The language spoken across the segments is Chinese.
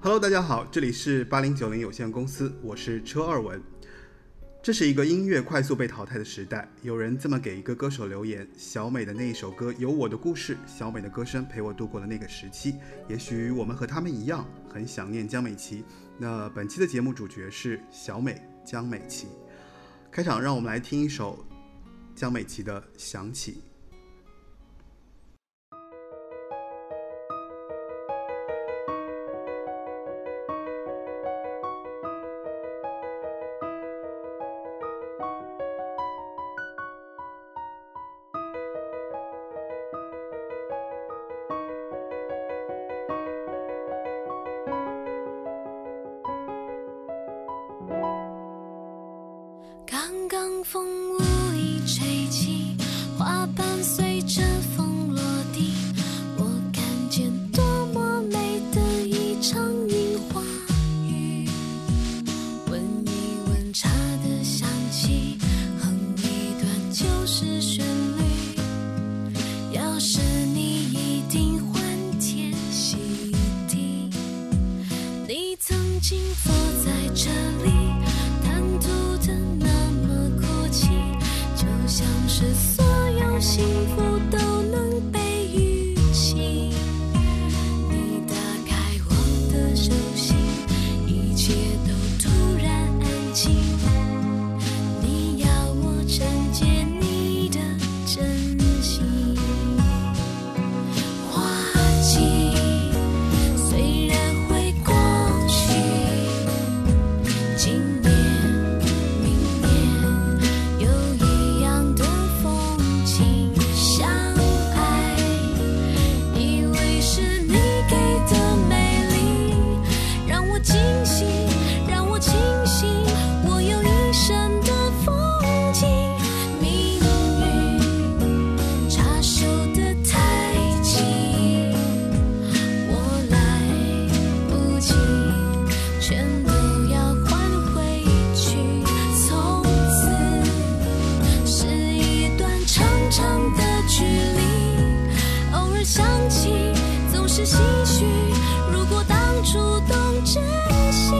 Hello，大家好，这里是八零九零有限公司，我是车二文。这是一个音乐快速被淘汰的时代，有人这么给一个歌手留言：小美的那一首歌《有我的故事》，小美的歌声陪我度过了那个时期。也许我们和他们一样，很想念江美琪。那本期的节目主角是小美江美琪。开场，让我们来听一首江美琪的《想起》。刚刚风无意吹起，花瓣随着风落地，我看见多么美的一场樱花雨。闻一闻茶的香气，哼一段就是旋律。要是你一定欢天喜地。你曾经坐在这里，贪图的那么阔气，就像是所有幸福都能被预期。你打开我的手心，一切都突然安静。你要我承接你的真心，花季。虽然会过去，今年、明年又一样的风景，相爱以为是你给的美丽，让我惊喜，让我清醒，我有一身的风景，命运插手的太急。我来不及，全都要还回去。从此是一段长长的距离，偶尔想起，总是唏嘘。如果当初懂珍惜。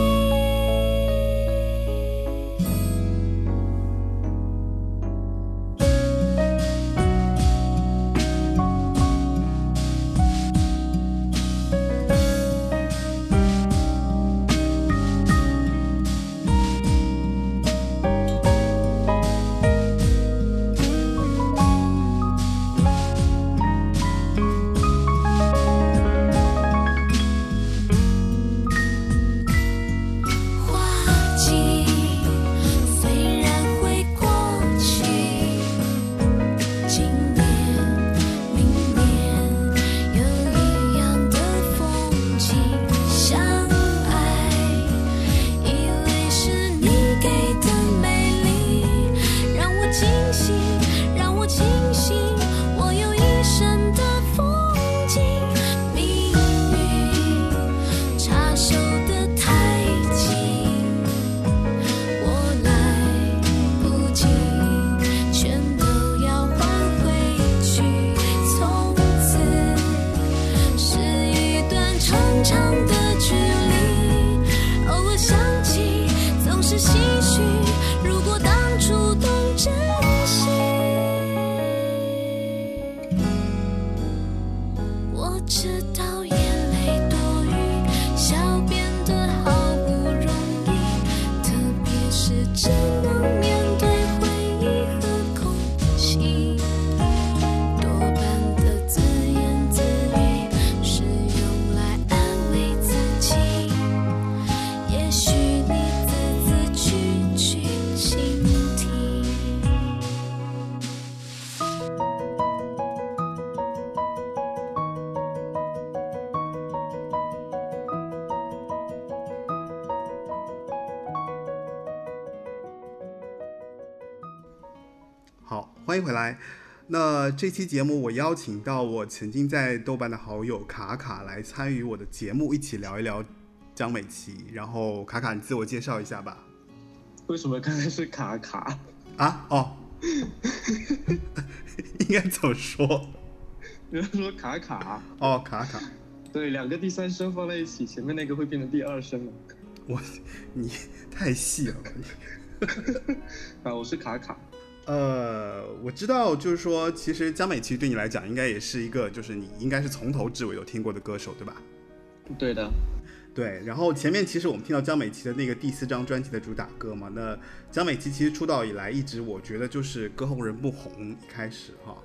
花季虽然会过去，今年、明年又一样的风景。相爱以为是你给的美丽，让我惊喜，让我清醒，我有一身的风景。命运插手的太急。我来不及，全都要还回去。从此是一段长长的距离，偶尔想起，总是唏嘘。如果当初懂珍惜，我知道眼泪多余，笑变得好不容易，特别是只能面对回忆和空气。多半的自言自语是用来安慰自己，也许你字字句句倾听。好，欢迎回来。那这期节目我邀请到我曾经在豆瓣的好友卡卡来参与我的节目，一起聊一聊江美琪。然后卡卡，你自我介绍一下吧。为什么刚才是卡卡？ 啊，哦，应该怎么说？你是说卡卡？哦，卡卡，对，两个第三声放在一起，前面那个会变成第二声了。我你太细了吧你。啊，我是卡卡，呃，我知道，就是说，其实江美琪对你来讲，应该也是一个，就是你应该是从头至尾都听过的歌手，对吧？对的，对，然后前面其实我们听到江美琪的那个第四张专辑的主打歌嘛，那江美琪其实出道以来一直我觉得就是歌红人不红，一开始哈，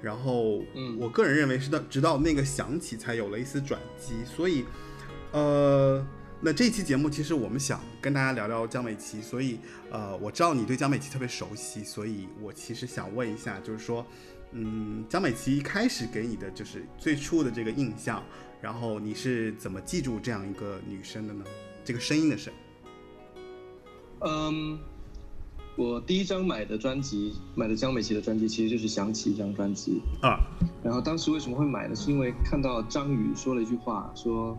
然后嗯我个人认为是到直到那个响起才有了一丝转机，所以呃，那这期节目其实我们想跟大家聊聊江美琪，所以呃，我知道你对江美琪特别熟悉，所以我其实想问一下，就是说，嗯，江美琪一开始给你的就是最初的这个印象，然后你是怎么记住这样一个女生的呢？这个声音的声，嗯，我第一张买的专辑，买的江美琪的专辑，其实就是《想起》一张专辑。啊，然后当时为什么会买呢？是因为看到张宇说了一句话，说，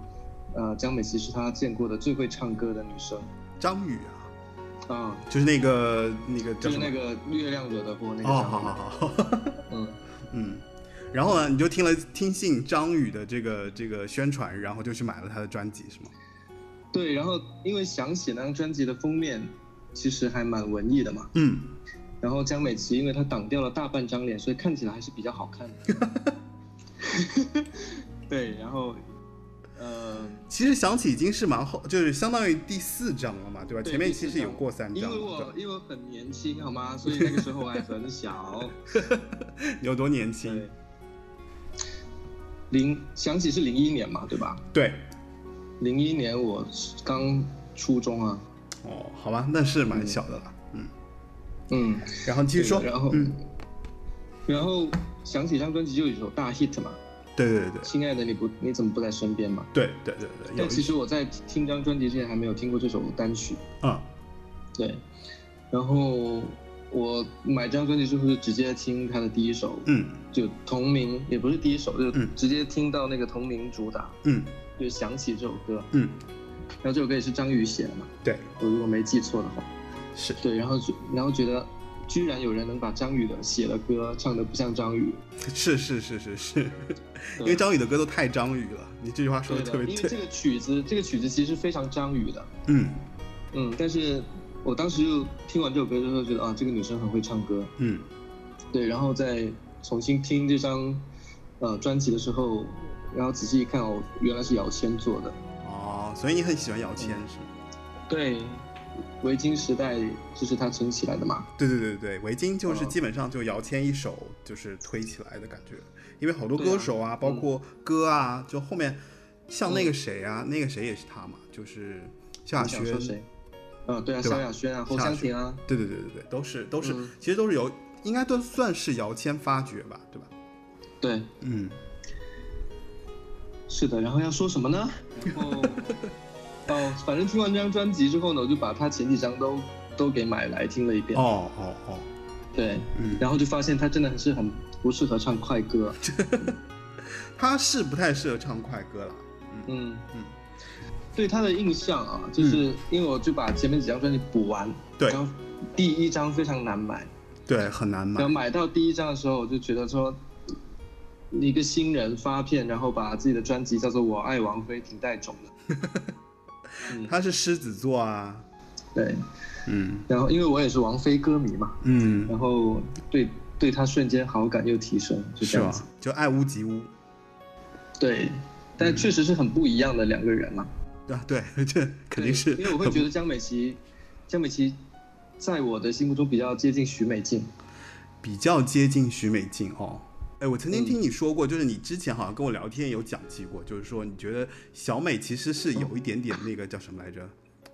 呃，江美琪是他见过的最会唱歌的女生张宇啊，啊，就是那个那个就叫是什么？那个月亮惹的祸那个哦，张宇。好好好， 嗯，嗯。然后呢，你就听了听信张宇的这个这个宣传，然后就去买了他的专辑，是吗？对。然后因为《想起》那张专辑的封面其实还蛮文艺的嘛，嗯，然后江美琪因为她挡掉了大半张脸，所以看起来还是比较好看的。 对，然后，呃。其实想起已经是蛮后，就是相当于第四章了嘛，对吧？对前面第四其实有章过三因章为我了，因为我很年轻，好吗？所以那个时候我还 很小。对有多年轻对？，零想起是零一年嘛，对吧？对，零一年我刚初中啊，哦，好吧，那是蛮小的了，嗯。嗯，然后继续说，对然后嗯，然后想起一张专辑就有一首大 hit 嘛，对对对《亲爱的你不你怎么不在身边》嘛。对对对对对，有但一其实我在听这张专辑之前还没有听过这首单曲，啊，对。然后我买这张专辑之后就直接听他的第一首，嗯就同名，也不是第一首，就嗯直接听到那个同名主打，嗯就想起这首歌。嗯，然后这首歌也是张宇写的嘛，对，我如果没记错的话，是，对，然后就然后觉得，居然有人能把张宇的写的歌唱的不像张宇，是是是是是，因对为张宇的歌都太张宇了，你这句话说嗯对的特别的，因为这对，个曲子这个曲子其实非常张宇的，嗯嗯，但是我当时就听完这首歌之后觉得啊，这个女生很会唱歌，嗯对，然后再重新听这张呃专辑的时候，然后仔细一看哦，原来是姚谦做的，哦，所以你很喜欢姚谦嗯是吗？对，维京时代就是他撑起来的嘛，对对对对，围巾就是嗯基本上就姚谦一手就是推起来的感觉，因为好多对啊歌手啊，包嗯括歌啊，就后面像那个嗯谁啊，那个谁也是他嘛，就是萧亚你想轩说，谁？嗯、对啊，对吧萧亚轩啊，萧侯亚湘轩婷啊，对对对对对，都是都是嗯，其实都是由应该都算是姚谦发掘吧，对吧？对。嗯，是的，然后要说什么呢？然后，哦，反正听完这张专辑之后呢，我就把他前几张都都给买来听了一遍。哦哦哦，对，嗯，然后就发现他真的还是很不适合唱快歌。啊他是不太适合唱快歌了，嗯嗯嗯嗯。对他的印象啊，就是因为我就把前面几张专辑补完，对然后第一张非常难买，对，很难买然后，买到第一张的时候，我就觉得说。嗯一个新人发片，然后把自己的专辑叫做《我爱王菲》，挺带种的。嗯，他是狮子座啊，对，嗯然后因为我也是王菲歌迷嘛，嗯，然后对对他瞬间好感又提升，就这是样吧子。？就爱屋及乌对，嗯但确实是很不一样的两个人嘛。啊，对， 这肯定对是，因为我会觉得江美琪，江美琪在我的心目中比较接近许美静。比较接近许美静哦。哎，我曾经嗯听你说过，就是你之前好像跟我聊天有讲及过，就是说你觉得小美其实是有一点点那个叫什么来着？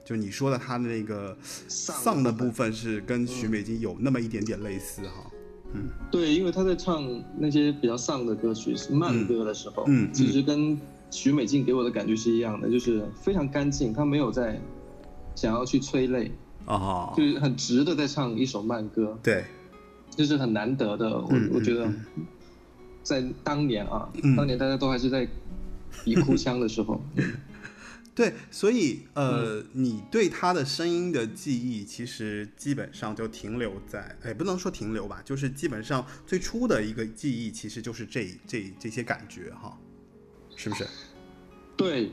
就你说的她的那个丧的的部分嗯部分是跟许美静有那么一点点类似哈。对，因为她在唱那些比较丧的歌曲、慢歌的时候，嗯嗯其实跟许美静给我的感觉是一样的，就是非常干净，她没有在想要去催泪，哦，就是很直的在唱一首慢歌。对，这是很难得的。我、嗯我觉得嗯，在当年啊，嗯当年大家都还是在比哭腔的 时候，对，所以呃，你对他的声音的记忆，其实基本上就停留在，哎，不能说停留吧，就是基本上最初的一个记忆，其实就是这这这些感觉哈，是不是？对，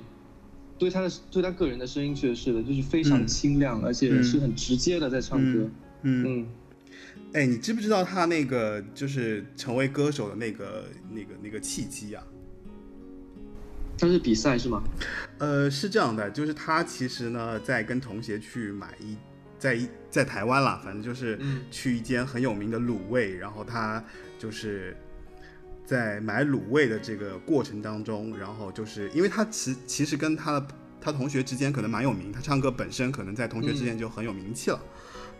对他的对他个人的声音确实是的，就是非常嗯清亮，而且是很直接的在唱歌。嗯，嗯，哎，你知不知道他那个就是成为歌手的那个那个那个契机啊？他是比赛是吗？呃，是这样的，就是他其实呢，在跟同学去买一，在一在台湾啦，反正就是嗯去一间很有名的卤味，然后他就是在买卤味的这个过程当中，然后就是因为他其其实跟他的他同学之间可能蛮有名，他唱歌本身可能在同学之间就很有名气了。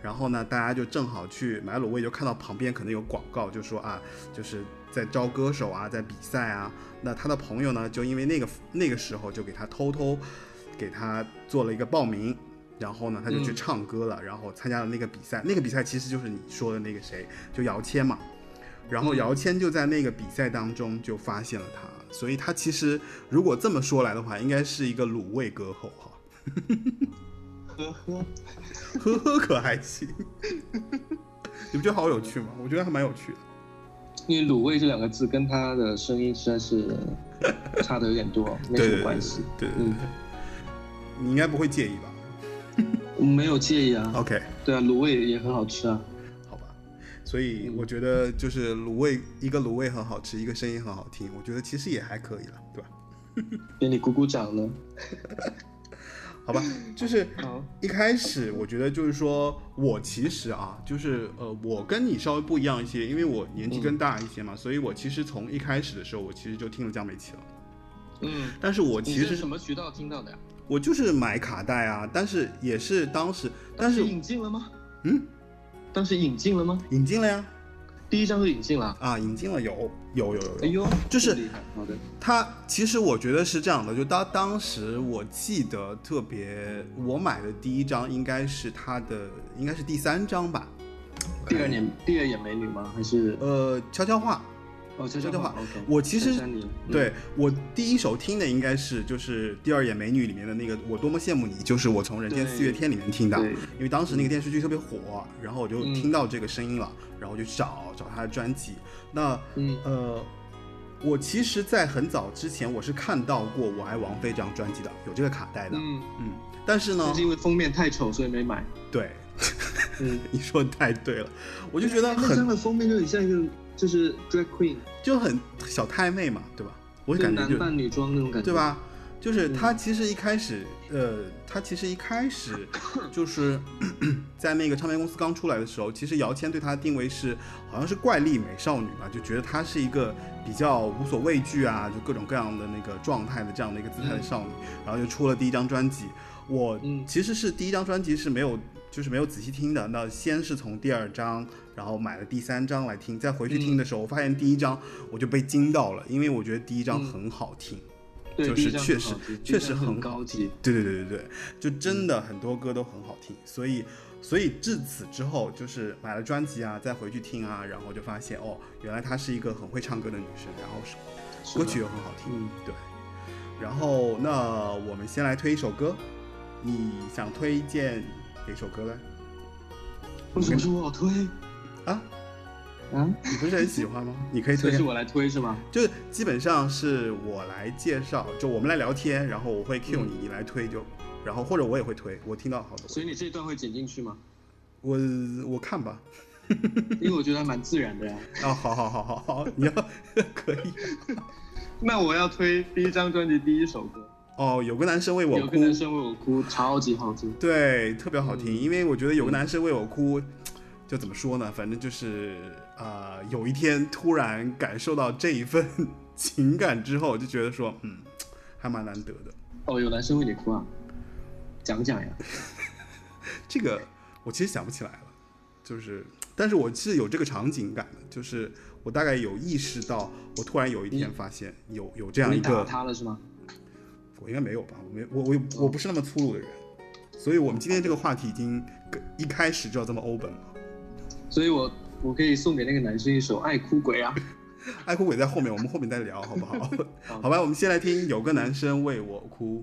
然后呢，大家就正好去买卤味，就看到旁边可能有广告，就说啊，就是在招歌手啊，在比赛啊。那他的朋友呢，就因为那个那个时候就给他偷偷给他做了一个报名，然后呢，他就去嗯唱歌了，然后参加了那个比赛。那个比赛其实就是你说的那个谁，就姚谦嘛。然嗯后姚谦就在那个比赛当中就发现了他，所以他其实如果这么说来的话，应该是一个卤味歌后哈。呵呵，呵呵，可还行。 你不觉得好有趣吗？我觉得还蛮有趣的。因为“卤味”这两个字跟他的声音实在是差的有点多，没对什对对么关系。对对对嗯，你应该不会介意吧我没有介意啊。 ？OK，对啊，卤味也很好吃啊。好吧。所以嗯我觉得就是卤味，一个卤味很好吃，一个声音很好听，我觉得其实也还可以了，对吧？给你鼓鼓掌呢。好 吧，就是好，一开始我觉得就是说我其实啊，就是呃，我跟你稍微不一样一些，因为我年嗯纪更大一些嘛，所以我其实从一开始的时候，我其实就听了江美琪了。嗯，但是我你其是实什么渠道听到的呀？我就是买卡带啊，但是也是当时，但是当时引进了吗？嗯，当时引进了吗？引进了呀，第一张就引进了。啊，引进了有有有哎有有，呦，就是厉害，好的，它其实我觉得是这样的，就当当时我记得特别，我买的第一张应该是它的，应该是第三张吧，第二年第二眼美女吗？还是呃，悄悄话，哦，悄悄话话？OK，我其实陈珊妮嗯对我第一首听的应该是就是《第二眼美女》里面的那个“我多么羡慕你”，就是我从《人间四月天》里面听的，对因为当时那个电视剧特别火，然后我就嗯听到这个声音了，然后我就去找找他的专辑。那嗯呃，我其实，在很早之前我是看到过《我爱王菲》这张专辑的，有这个卡带的，嗯，嗯，但是呢但是，因为封面太丑，所以没买。对嗯， 你说的太对了，我就觉得那张很的封面就很像一个就是 drag queen，就很小太妹嘛，对吧？我就感觉男就扮女装那种感觉，嗯对？吧？就是他其实一开始，呃，他其实一开 始就是在那个唱片公司刚出来的时候，其实姚谦对他的定位是好像是怪力美少女吧，就觉得她是一个比较无所畏惧啊，就各种各样的那个状态的这样的一个姿态的嗯少女，然后就出了第一张专辑。我嗯其实是第一张专辑是没有，就是没有仔细听的。那先是从第二张，然后买了第三张来听，再回去嗯听的时候，我发现第一张我就被惊到了，因为我觉得第一张嗯很好听。对，就第一是张确很实好听确实第一张很很高级。对对对对对，就嗯真的很多歌都很好听，所以所以至此之后就是买了专辑啊，再回去听啊，然后就发现哦，原来她是一个很会唱歌的女生，然后是是歌的曲又很好听，嗯对。然后那我们先来推一首歌，你想推荐哪首歌呢？为什么是我推啊， 啊？你不是很喜欢吗？你可以嗯所推以是荐，我来推是吗？就是基本上是我来介绍，就我们来聊天，然后我会 cue 嗯你，你来推就，然后或者我也会推，我听到好多。所以你这一段会剪进去吗？我我看吧。因为我觉得还蛮自然的呀。 啊，好好好好好，你要 可以那我要推第一张专辑第一首歌，哦。有个男生为我有哭个，男生为我哭，超级好听。对，特别好听。嗯因为我觉得有个男生为我哭，就怎么说呢？反正就是啊、呃有一天突然感受到这一份 情感之后，就觉得说，嗯，还蛮难得的。哦，有男生为你哭啊？讲讲呀。这个我其实想不起来了，就是，但是我是有这个场景感的，就是我大概有意识到，我突然有一天发现有有这样一你打个他了是吗？我应该没有吧？我没，我我我不是那么粗鲁的人，所以我们今天这个话题已经跟一开始就要这么 open 了。所以我我可以送给那个男生一首《爱哭鬼》 啊。爱哭鬼在后面，我们后面再聊，好 不好？好好吧，我们先来听《有个男生为我哭》。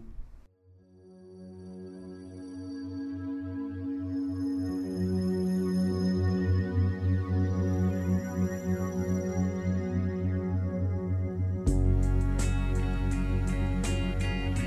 有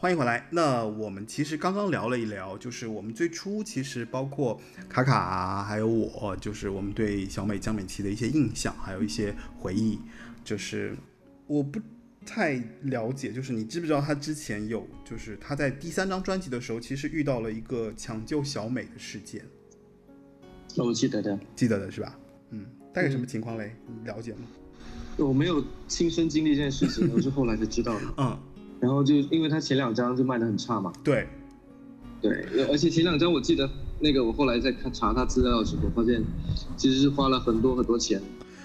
欢迎回来。那我们其实刚刚聊了一聊，就是我们最初其实包括卡卡、啊、还有我，就是我们对小美江美琪的一些印象，还有一些回忆。就是我不太了解，就是你知不知道她之前有，就是她在第三张专辑的时候，其实遇到了一个抢救小美的事件，那我记得的，记得的是吧？嗯，大概什么情况嘞？你了解吗？我没有亲身经历这件事情，我是后来才知道的。嗯，然后就因为他前两张就卖的很差嘛，对，对，而且前两张我记得那个我后来在看查他资料的时候，发现其实是花了很多很多钱，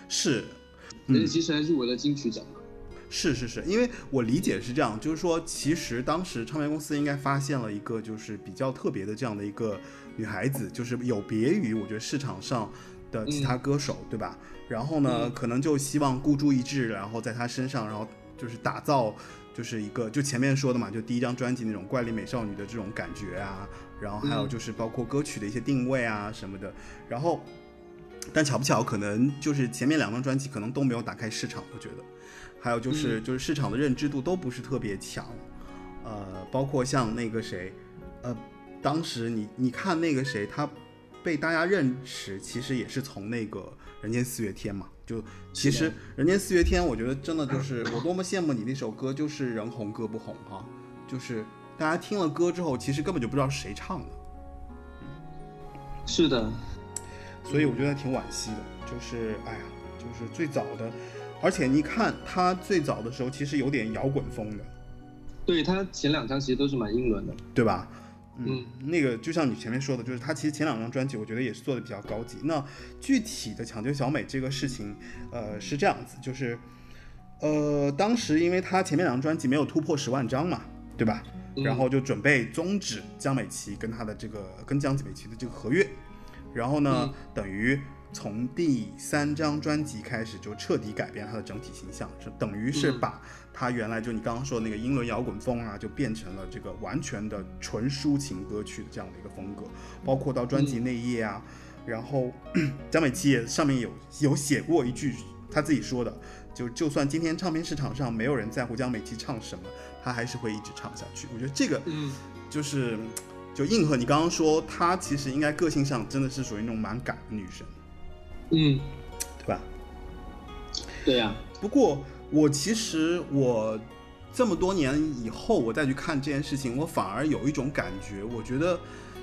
是，而嗯且。其实还是为了金曲奖嘛。是是是，因为我理解是这样，就是说，其实当时唱片公司应该发现了一个就是比较特别的这样的一个女孩子，就是有别于我觉得市场上的其他歌手，对吧？然后呢，嗯可能就希望孤注一掷，然后在她身上，然后就是打造就是一个就前面说的嘛，就第一张专辑那种怪力美少女的这种感觉啊，然后还有嗯就是包括歌曲的一些定位啊什么的，然后。但巧不巧，可能就是前面两张专辑可能都没有打开市场，我觉得。还有就是、就是市场的认知度都不是特别强，呃，包括像那个谁，呃，当时你你看那个谁，他被大家认识，其实也是从那个《人间四月天》嘛，就其是实的《人间四月天》，我觉得真的就是我多么羡慕你那首歌，就是人红歌不红哈、就是大家听了歌之后，其实根本就不知道是谁唱的，是的，所以我觉得挺惋惜的，就是哎呀，就是最早的，而且你看他最早的时候其实有点摇滚风的。对他前两张其实都是蛮英伦的，对吧？嗯，那个就像你前面说的，就是他其实前两张专辑，我觉得也是做的比较高级。那具体的抢救小美这个事情，呃，是这样子，就是，呃，当时因为他前面两张专辑没有突破十万张嘛，对吧？嗯然后就准备终止江美琪跟他的这个跟江美琪的这个合约，然后呢，嗯等于从第三张专辑开始就彻底改变他的整体形象，就等于是嗯把他原来就你刚刚说的那个英伦摇滚风啊，就变成了这个完全的纯抒情歌曲的这样的一个风格，包括到专辑内页啊，然后 江美琪也上面有有写过一句她自己说的，就就算今天唱片市场上没有人在乎江美琪唱什么，她还是会一直唱下去。我觉得这个嗯，就是就应和你刚刚说，她其实应该个性上真的是属于那种蛮敢的女生，嗯，对吧？对啊呀、不过我其实我这么多年以后，我再去看这件事情，我反而有一种感觉，我觉得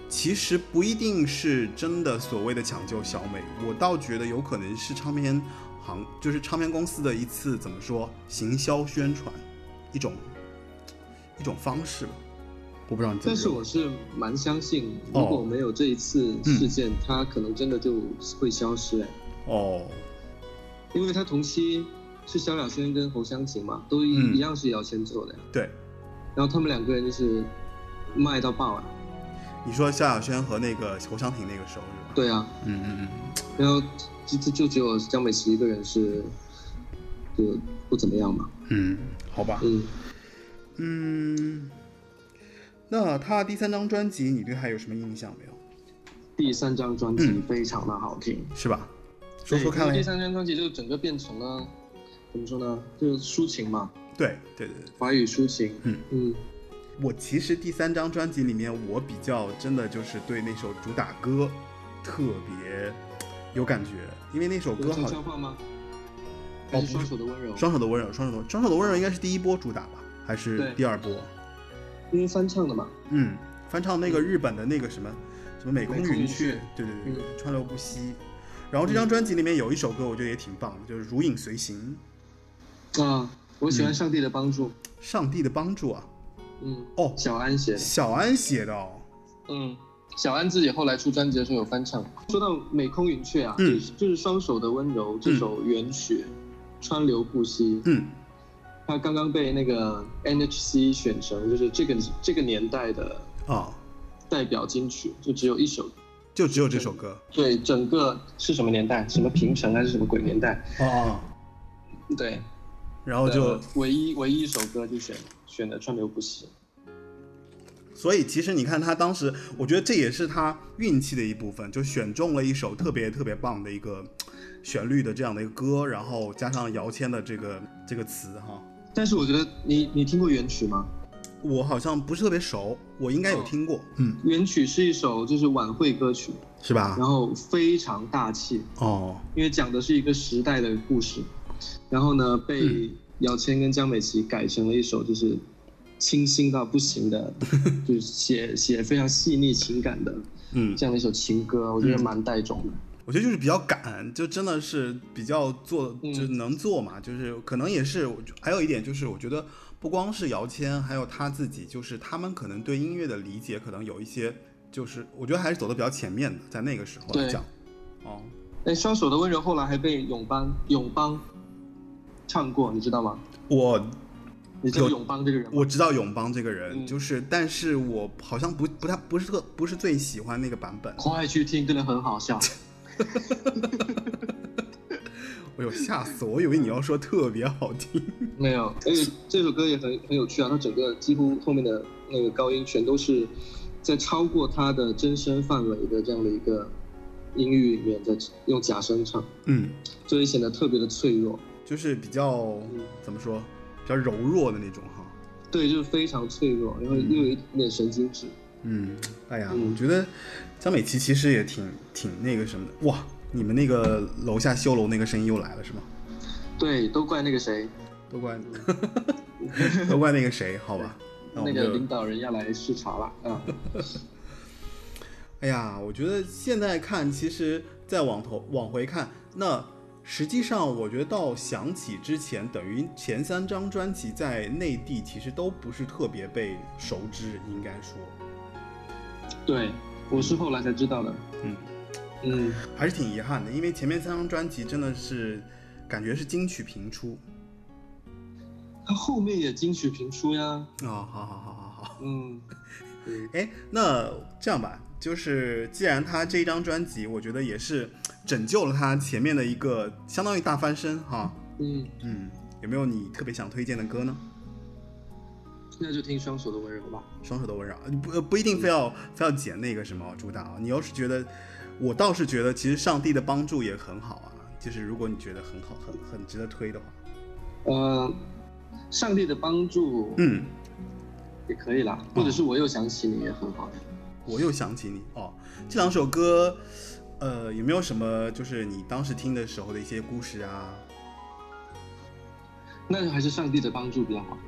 其实不一定是真的所谓的抢救小美，我倒觉得有可能是唱片行，就是唱片公司的一次怎么说行销宣传，一种一种方式吧。我不知道你怎么认为，但是我是蛮相信，哦如果没有这一次事件，他可能真的就会消失哎，哦，因为他同期是萧亚轩跟侯湘琴嘛，都一、嗯一样是姚谦做的呀，对，然后他们两个人就是卖到爆啊，你说萧亚轩和那个侯湘婷那个时候是吧？对啊，嗯嗯嗯，然后就就就只有江美琪一个人是就不怎么样嘛，嗯，好吧，嗯，嗯，那他第三张专辑，你对他有什么印象没有？第三张专辑嗯非常的好听，是吧？说对说看因为嘞第。三张专辑就整个变成了怎么说呢，就是抒情嘛，对对对对，华语抒情，嗯嗯我其实第三张专辑里面，我比较真的就是对那首主打歌特别有感觉，因为那首有歌好悄悄像话吗？哦还是双手的温柔？双手的温柔，双手的双手的温柔应该是第一波主打吧，还是对第二波？因为翻唱的嘛，嗯，翻唱那个日本的那个什么什么美空美空云云雀雀，对对对对，嗯川流不息。然后这张专辑里面有一首歌，我觉得也挺棒的，就是《如影随形啊，我嗯喜欢上帝的帮助，》，上帝的帮助啊。嗯，哦，小安写的，小安写的哦，嗯。小安自己后来出专辑的时候有翻唱。说到美空云雀啊，嗯就是就是《双手的温柔》这首原曲，川流不息》，嗯，它刚刚被那个 NHC 选成就是这个这个年代的哦，代表金曲，就只有一首。就只有这首歌，对，整个是什么年代？什么平成还是什么鬼年代？哦哦，对，然后哦就呃，唯一唯一一首歌就选选的《川流不息》。所以其实你看他当时，我觉得这也是他运气的一部分，就选中了一首特别特别棒的一个旋律的这样的一个歌，然后加上姚谦的这个这个词哈，但是我觉得你你听过原曲吗？我好像不是特别熟，我应该有听过，嗯，原曲是一首就是晚会歌曲，是吧？然后非常大气，哦，因为讲的是一个时代的故事。然后呢，嗯被姚谦跟江美琪改成了一首就是清新到不 行的，就是写写非常细腻情感的嗯，这样的一首情歌，我觉得蛮带种的。我觉得就是比较赶，就真的是比较做，嗯就能做嘛，就是可能也是，我觉还有一点就是，我觉得不光是姚谦，还有他自己，就是他们可能对音乐的理解可能有一些，就是我觉得还是走的比较前面的，在那个时候来对讲，哦，哎，双手的温柔后来还被永邦永邦唱过，你知道吗？我你知道有永邦这个人吗？我知道永邦这个人，嗯就是，但是我好像不不太不是特不是最喜欢那个版本，快去听，真的很好笑。我有哎吓死我，我以为你要说特别好听，没有，而且这首歌也很很有趣啊，它整个几乎后面的那个高音全都是在超过它的真声范围的这样的一个音域里面在用假声唱，嗯，所以显得特别的脆弱。就是比较嗯怎么说，比较柔弱的那种哈。对，就是非常脆弱，然后又有一点点神经质。嗯，哎呀，嗯我觉得江美琪其实也挺挺那个什么的。哇，你们那个楼下修楼那个声音又来了是吗？对，都怪那个谁，都怪 都怪那个谁，好吧？哦那我们那个就领导人要来视察了 啊。哎呀，我觉得现在看，其实再往头往回看，那实际上我觉得到想起之前，等于前三张专辑在内地其实都不是特别被熟知，应该说，对，我是后来才知道的。嗯。嗯，还是挺遗憾的，因为前面三张专辑真的是感觉是金曲频出他后面也金曲频出呀。啊、哦，好好好好好。 嗯，对哎，那这样吧，就是既然他这一张专辑，我觉得也是拯救了他前面的一个相当于大翻身哈。嗯，嗯，有没有你特别想推荐的歌呢？那就听双手的温柔吧。双手的温柔，呃不呃不一定非要非要剪那个什么主打啊。你要是觉得，我倒是觉得其实上帝的帮助也很好啊。就是如果你觉得很好，很很值得推的话，呃，上帝的帮助嗯，也可以啦，或者是我又想起你也很好。我又想起你哦，这两首歌，呃，有没有什么就是你当时听的时候的一些故事啊？那还是上帝的帮助比较好。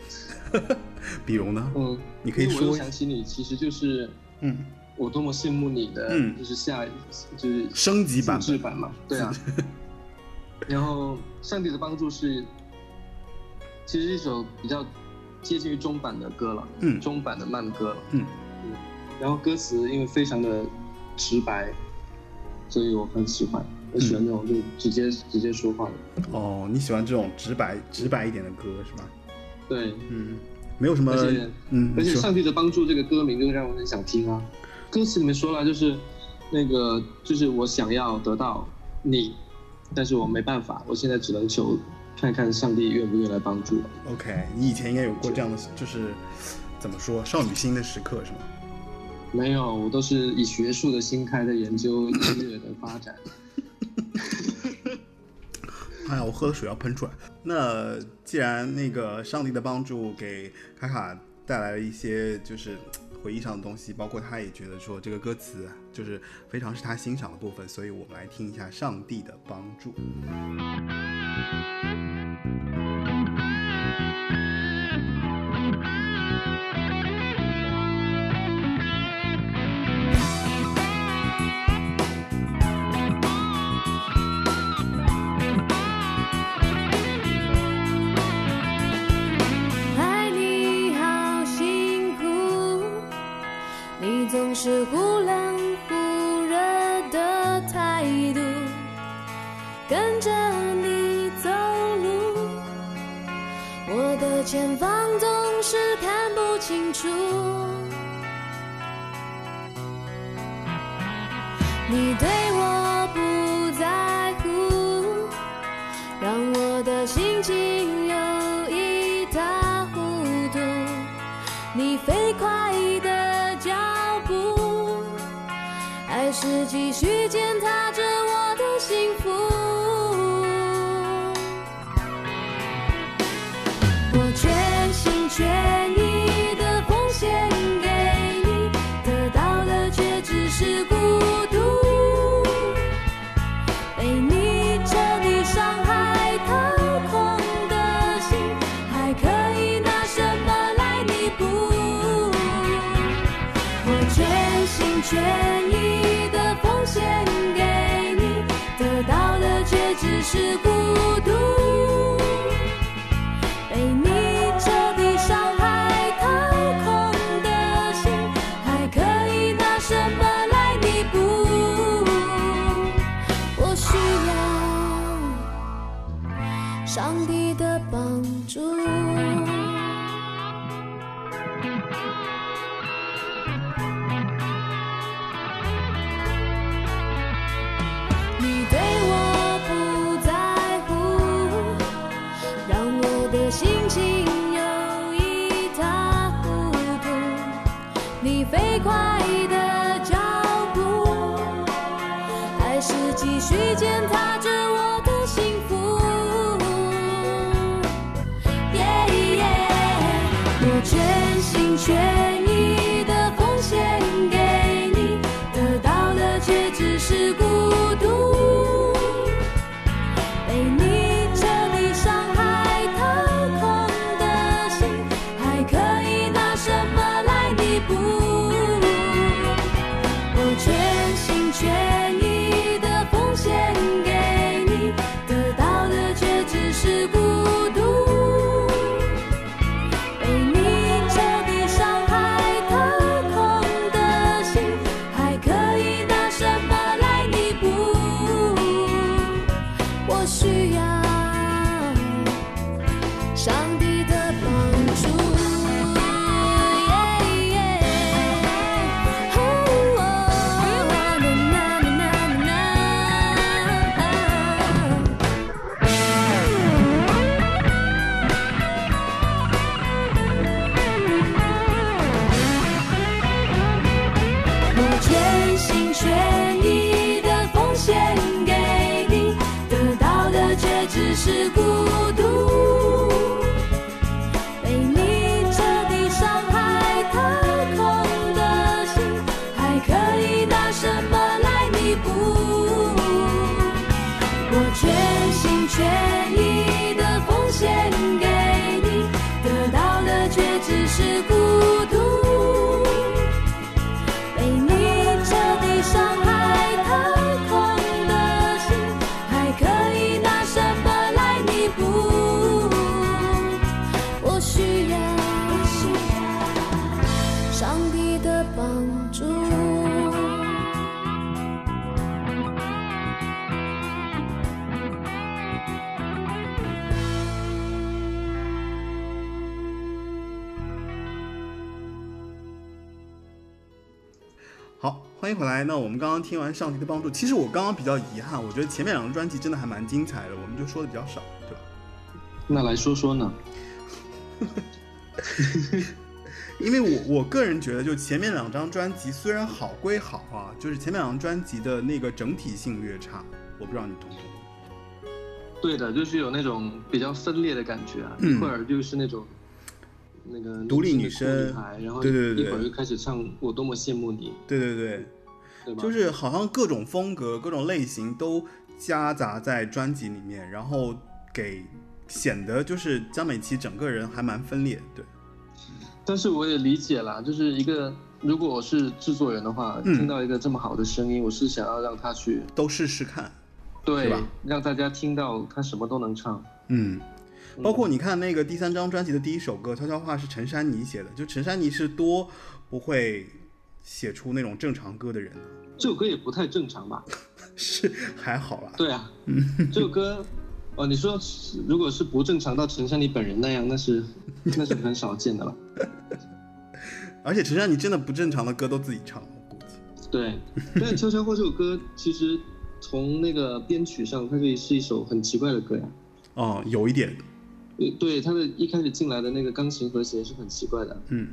比如呢？嗯，你可以因为我又说一，想起你，其实就是嗯，我多么羡慕你的，嗯就是下就是升级版复制版嘛，对 啊。然后上帝的帮助是，其实是一首比较接近于中版的歌了，嗯中版的慢歌了，嗯嗯。然后歌词因为非常的直白，所以我很喜欢，我喜欢那种就直接、直接说话的。哦，你喜欢这种直白直白一点的歌是吧？对，嗯，没有什么而且，嗯，而你且《说上帝的帮助》这个歌名就让我很想听啊。歌词里面说了，就是那个，就是我想要得到你，但是我没办法，我现在只能求看看上帝愿不愿意来帮助我。 OK，你以前应该有过这样的，就是怎么说少女心的时刻是吗？没有，我都是以学术的心开在研究音乐的发展。哎呀，我喝的水要喷出来。那既然那个上帝的帮助给卡卡带来了一些就是嘖回忆上的东西，包括他也觉得说这个歌词啊就是非常是他欣赏的部分，所以我们来听一下上帝的帮助。爱你好辛苦，你总是忽冷忽热的态度，跟着你走路，我的前方总是看不清楚。你对我不在乎，让我的心情有一塌糊涂。你飞快的脚步，还是继续践踏着我的幸福。我全心全意的付权益的奉献给你，得到的却只是孤独。被你彻底伤害掏空的心，还可以拿什么来弥补？我需要上帝的帮助。你对我不在乎，让我的心情又一塌糊涂。你飞快的脚步，还是继续践踏着我的幸福。耶耶，我全心全意的奉献给你，得到的却只是孤独。被你彻底伤害掏空的心，还可以拿什么来弥补？我全心全意的奉献给你，得到的却只是孤独。被你彻底伤害掏空的心，还可以拿什么来弥补？我需要上帝的帮助。耶耶哦哦啦啦啦啦啦我全心全意的奉献给你，得到的却只是孤独。被你彻底伤害掏空的心，还可以拿什么来弥补？我全心全意的奉献给你，得到的却只是孤独。被你彻底伤害掏空的心，还可以拿什么来弥补？我需要上帝的帮助。好，欢迎回来。那我们刚刚听完《上帝的帮助》，其实我刚刚比较遗憾，我觉得前面两张专辑真的还蛮精彩的，我们就说的比较少，对吧？那来说说呢？因为我我个人觉得，就前面两张专辑虽然好归好啊，就是前面两张专辑的那个整体性略差，我不知道你同不同意。对的，就是有那种比较分裂的感觉啊，嗯一会儿就是那种那个独立女性的生酷女孩，然后对对对一会儿对又开始唱《我多么羡慕你对对对，》，对吧？就是好像各种风格、各种类型都夹杂在专辑里面，然后给显得就是江美琪整个人还蛮分裂。对，但是我也理解啦，就是一个如果我是制作人的话，嗯听到一个这么好的声音，我是想要让他去都试试看。是对吧让大家听到他什么都能唱，嗯，嗯包括你看那个第三张专辑的第一首歌《悄悄话》是陈珊妮写的，就陈珊妮是多不会写出那种正常歌的人的，这首歌也不太正常吧？ 是还好啦。对啊，嗯这首歌。哦，你说如果是不正常到陈珊妮本人那样，那是那是很少见的了。而且陈珊妮真的不正常的歌都自己唱，我估计。 对，但《悄悄话》这首歌其实从那个编曲上，它就是一首很奇怪的歌呀。哦，有一点，对对，它的一开始进来的那个钢琴和弦是很奇怪的，嗯，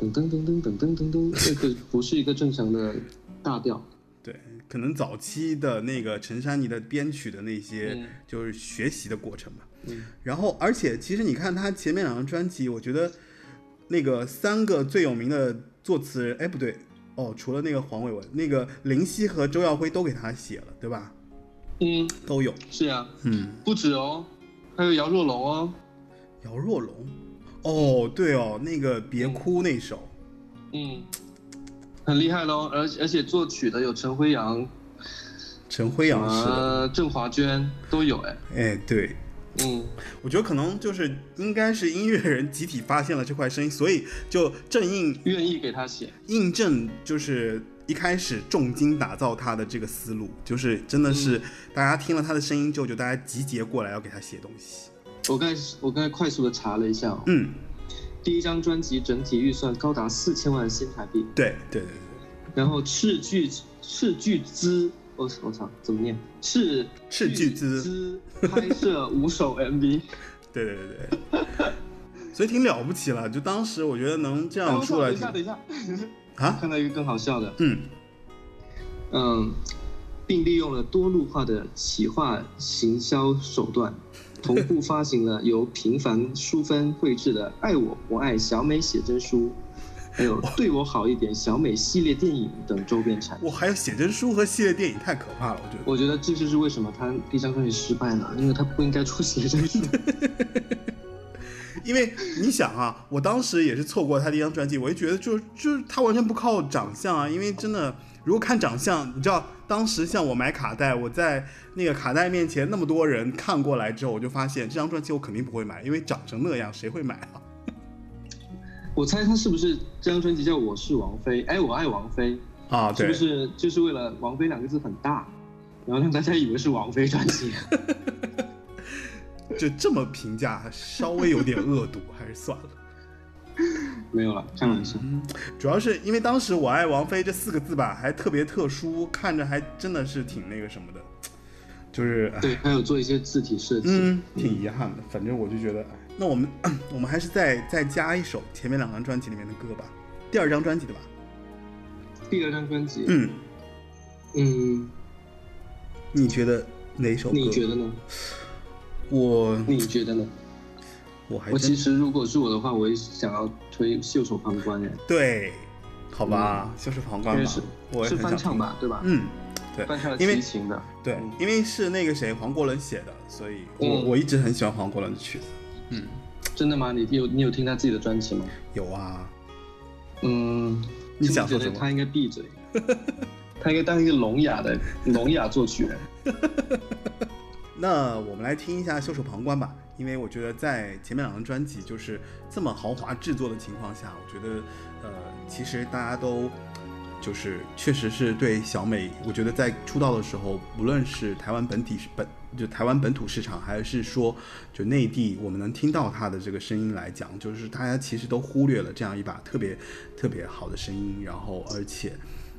噔噔噔噔噔噔噔噔，那个不是一个正常的大调。对，可能早期的那个陈珊妮的编曲的那些嗯就是学习的过程吧。嗯，然后，而且其实你看她前面两张专辑，我觉得那个三个最有名的作词人，哎，不对，哦，除了那个黄伟文，那个林夕和周耀辉都给她写了，对吧？嗯，都有。是啊，嗯，不止哦，还有姚若龙哦。姚若龙，哦，对哦，那个别哭那首，嗯，很厉害喽。而而且作曲的有陈辉阳、陈辉阳是的，呃郑华娟都有哎。哎，对，嗯，我觉得可能就是应该是音乐人集体发现了这块声音，所以就正应愿意给他写。印证就是一开始重金打造他的这个思路，就是真的是大家听了他的声音之后，就大家集结过来要给他写东西。我刚才我刚才快速的查了一下、哦，嗯，第一张专辑整体预算高达四千万新台币，对对对然后斥巨斥巨资，我我操，怎么念？斥斥巨资资拍摄五首 MV，对对对对对，所以挺了不起了。就当时我觉得能这样哎出来我操等一下，等一下， 啊，看到一个更好笑的，嗯，嗯，并利用了多路化的企划行销手段，同步发行了由平凡淑芬绘制的《爱我不爱小美写真书》，还有《对我好一点小美》系列电影等周边产品。我还有写真书和系列电影太可怕了，我觉得。我觉得这就是为什么他第一张专辑失败了，因为他不应该出写真书。因为你想啊，我当时也是错过他第一张专辑，我就觉得就就是他完全不靠长相啊，因为真的如果看长相，你知道当时像我买卡带，我在那个卡带面前那么多人看过来之后，我就发现这张专辑我肯定不会买，因为长成那样谁会买啊？ 我猜他是不是这张专辑叫《我是王菲》？哎，我爱王菲，啊，是对，不是就是为了“王菲”两个字很大，然后让大家以为是王菲专辑？ 就这么评价稍微有点恶毒，还是算了。没有了，开玩笑。嗯主要是因为当时“我爱王菲”这四个字吧，还特别特殊，看着还真的是挺那个什么的，就是哎对，还有做一些字体设计。嗯，挺遗憾的。反正我就觉得，哎，那我们 我们还是再再加一首前面两张专辑里面的歌吧，第二张专辑的吧。第二张专辑，嗯，嗯，你觉得哪首歌？你觉得呢？我你觉得呢？我还我真其实如果是我的话，我也想要推《袖手旁观》哎，对，好吧，就是旁观因为吧是，我也嗯是很想翻唱听。吧，对吧？，嗯，对翻唱了因为齐秦的。对嗯，因为是那个谁黄国伦写的，所以我、嗯我一直很喜欢黄国伦的曲子。嗯，真的吗？你有你有听他自己的专辑吗？有啊，嗯，你其实想我说觉什得么他应该闭嘴， 他应该当一个聋哑的聋哑作曲 人。那我们来听一下《袖手旁观》吧，因为我觉得在前面两张专辑就是这么豪华制作的情况下，我觉得呃，其实大家都就是确实是对小美，我觉得在出道的时候，无论是台湾本体本就台湾本土市场，还是说就内地，我们能听到她的这个声音来讲，就是大家其实都忽略了这样一把特别特别好的声音，然后而且。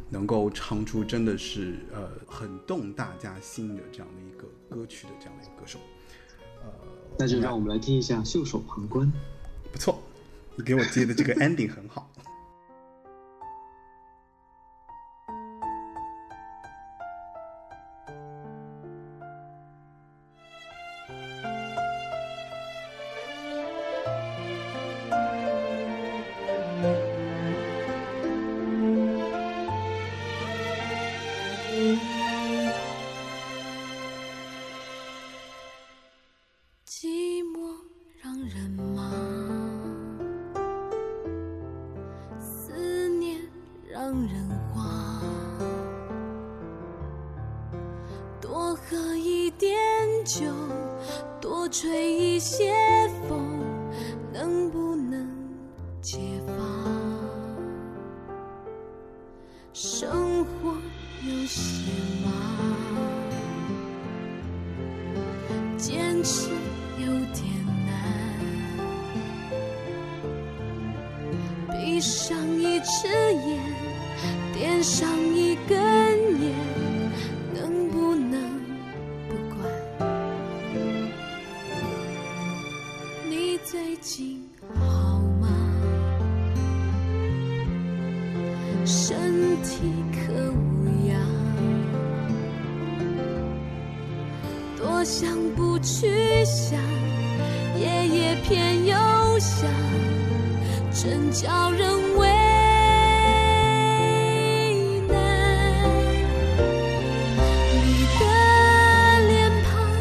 能够唱出真的是呃很动大家心的这样的一个歌曲的这样的一个歌手，那就让我们来听一下《袖手旁观》。不错，你给我接的这个 ending 很好。寂寞让人忙，思念让人慌。多喝一点酒，多吹一些风，能不能解放？生活有些忙。坚持有点难。闭上一只眼，点上一根烟，能不能不管？你最近好吗？身体可无恙？多想不去想，夜夜偏又想，真叫人为难。你的脸庞，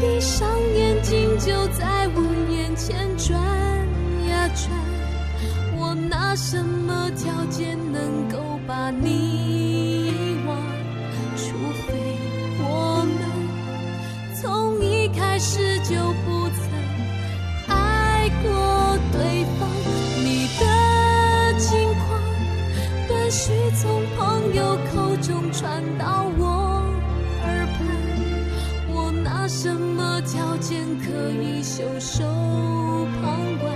闭上眼睛就在我眼前转呀转，我拿什么条件能够把你遗忘，除非我们从一开始就不曾爱过对方。你的近况，断续从朋友口中传到我耳畔，我拿什么条件可以袖手旁观？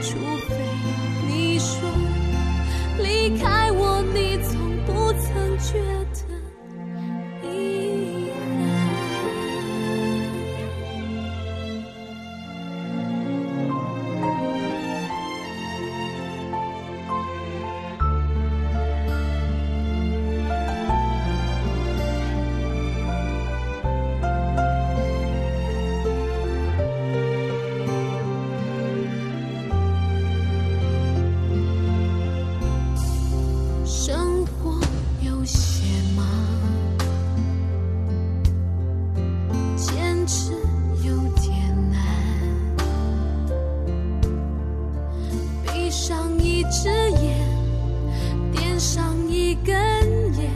除非你说离开我，你从不曾觉得遗憾。生活有些忙，坚持有点难。闭上一只眼，点上一根烟，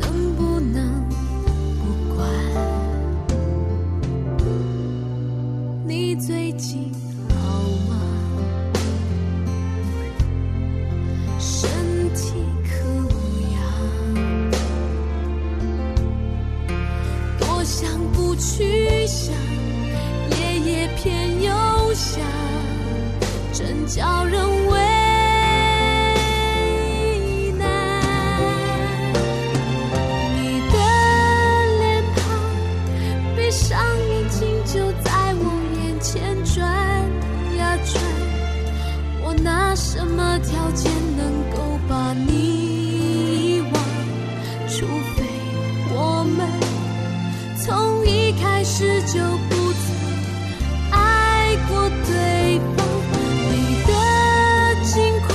能不能不管？你最近好吗？身体可无恙？多想不去想，夜夜偏又想，真叫人为难。你的脸庞，闭上眼睛就在我眼前转呀转。我拿什么条件能够把你遗忘？除非我们从一开始就不曾爱过对方。你的近况，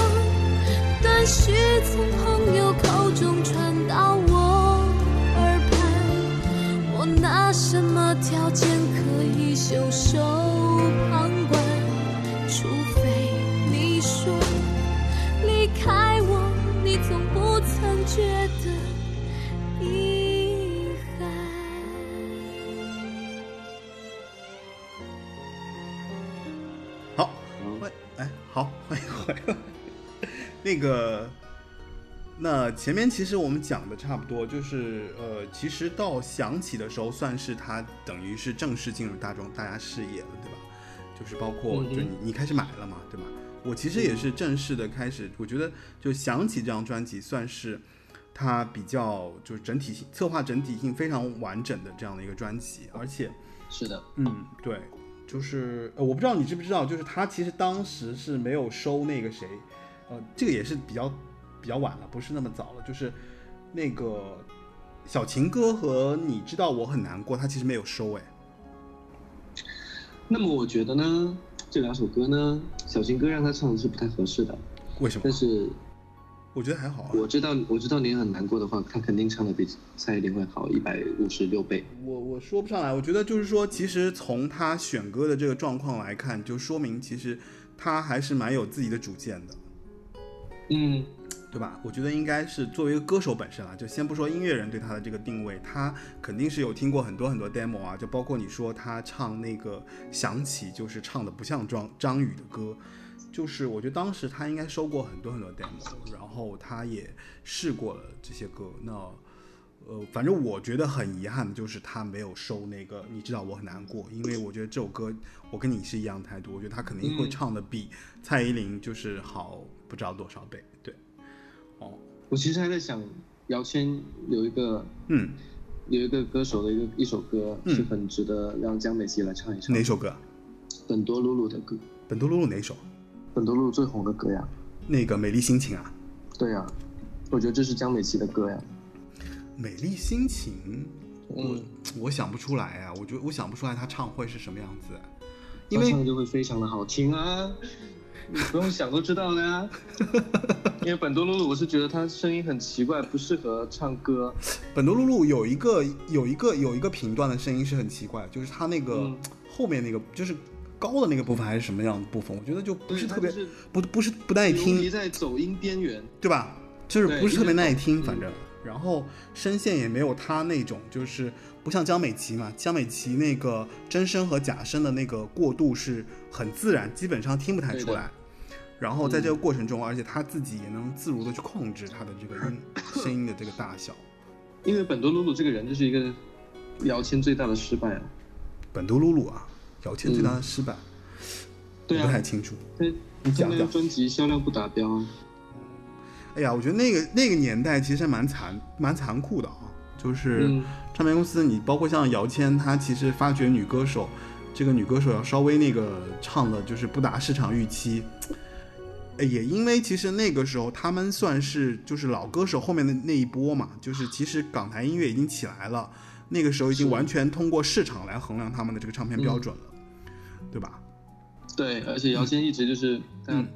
断续从朋友口中传到我耳畔，我拿什么条件可以袖手旁观？除非你说离开我，你从不曾觉得遗憾。好，嗯欢哎，好， 欢迎回来。那个，那前面其实我们讲的差不多，就是呃，其实到响起的时候，算是它等于是正式进入大众大家视野了，对吧？就是包括嗯哼就你你开始买了嘛，对吧？我其实也是正式的开始，我觉得就响起这张专辑算是它比较就是整体性策划整体性非常完整的这样的一个专辑，而且是的，嗯，对，就是呃，我不知道你知不知道，就是他其实当时是没有收那个谁，呃，这个也是比较比较晚了，不是那么早了，就是那个小情歌和你知道我很难过，他其实没有收哎，那么我觉得呢，这两首歌呢，小情歌让他唱是不太合适的，为什么但？是我觉得还好啊，我知道我知道你很难过的话，他肯定唱的比蔡依林会好一百五十六倍。我我说不上来，我觉得就是说，其实从他选歌的这个状况来看，就说明其实他还是蛮有自己的主见的。嗯，对吧？我觉得应该是作为一个歌手本身啊，就先不说音乐人对他的这个定位，他肯定是有听过很多很多 demo 啊，就包括你说他唱那个《想起》，就是唱的不像张张宇的歌，就是我觉得当时他应该收过很多很多 demo，然后他也试过了这些歌。那呃，反正我觉得很遗憾的就是他没有收那个，你知道我很难过，因为我觉得这首歌我跟你是一样态度，我觉得他肯定会嗯唱的比蔡依林就是好不知道多少倍，对。哦，我其实还在想，姚谦有一个嗯，有一个歌手的一个一首歌嗯是很值得让江美琪来唱一是唱。哪？首歌？本多露露的歌，本多露露哪首？本多露露最红的歌呀。那个美丽心情啊，对呀、我觉得这是江美琪的歌呀。美丽心情，我、嗯我想不出来啊，我觉得我想不出来他唱会是什么样子，因她为唱就会非常的好听啊，你不用想都知道的 呀、因为本多露露，我是觉得她声音很奇怪，不适合唱歌。本多露露有一个有一个有一个频段的声音是很奇怪，就是他那个、嗯后面那个就是高的那个部分还是什么样的部分，我觉得就不是对特别她就是不不是不耐游离听，在走音边缘。对吧？就是对不是一特别直耐走听，嗯反正。然后声线也没有他那种，就是不像江美琪嘛，江美琪那个真声和假声的那个过渡是很自然，基本上听不太对出的来。然后在嗯这个过程中，而且他自己也能自如的去控制他的这个 音声音的这个大小。因为本多露露这个人就是一个摇签最大的失败啊。本多露露啊，姚谦对他的失败，嗯对我不太啊，清楚。他你他讲那讲个。专辑销量不达标啊。哎呀，我觉得那个那个年代其实还蛮残蛮残酷的啊，就是嗯唱片公司，你包括像姚谦，她其实发掘女歌手，这个女歌手要稍微那个唱的就是不达市场预期。哎也因为其实那个时候他们算是就是老歌手后面的那一波嘛，就是其实港台音乐已经起来了，那个时候已经是完全通过市场来衡量他们的这个唱片标准了，对吧？对，而且姚谦一直就是他、嗯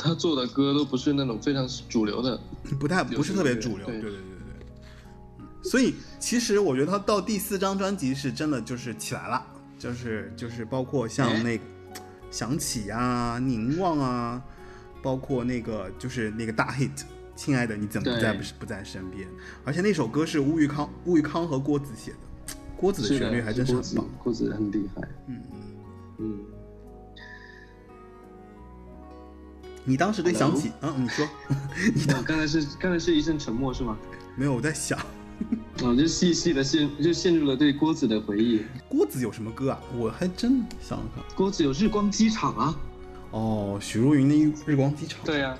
他做的歌都不是那种非常主流的，不太不是特别主流，对对对对。嗯所以其实我觉得他到第四张专辑是真的就是起来了，就是就是包括像哎那个想起呀、啊、凝望啊，包括那个就是那个大 hit。亲爱的，你怎么不在不对不在身边？而且那首歌是吴玉康、吴玉康和郭子写的，郭子的是旋律还真是郭很子棒。，郭子很厉害。嗯，嗯，你当时对想 Hello？起，嗯，你说 我哦刚才是刚才是一声沉默是吗？没有？我在想，我就细细的陷就陷入了对郭子的回忆。郭子有什么歌啊？我还真想想。郭子有日光机场啊，哦，许茹芸的《日光机场》。对啊，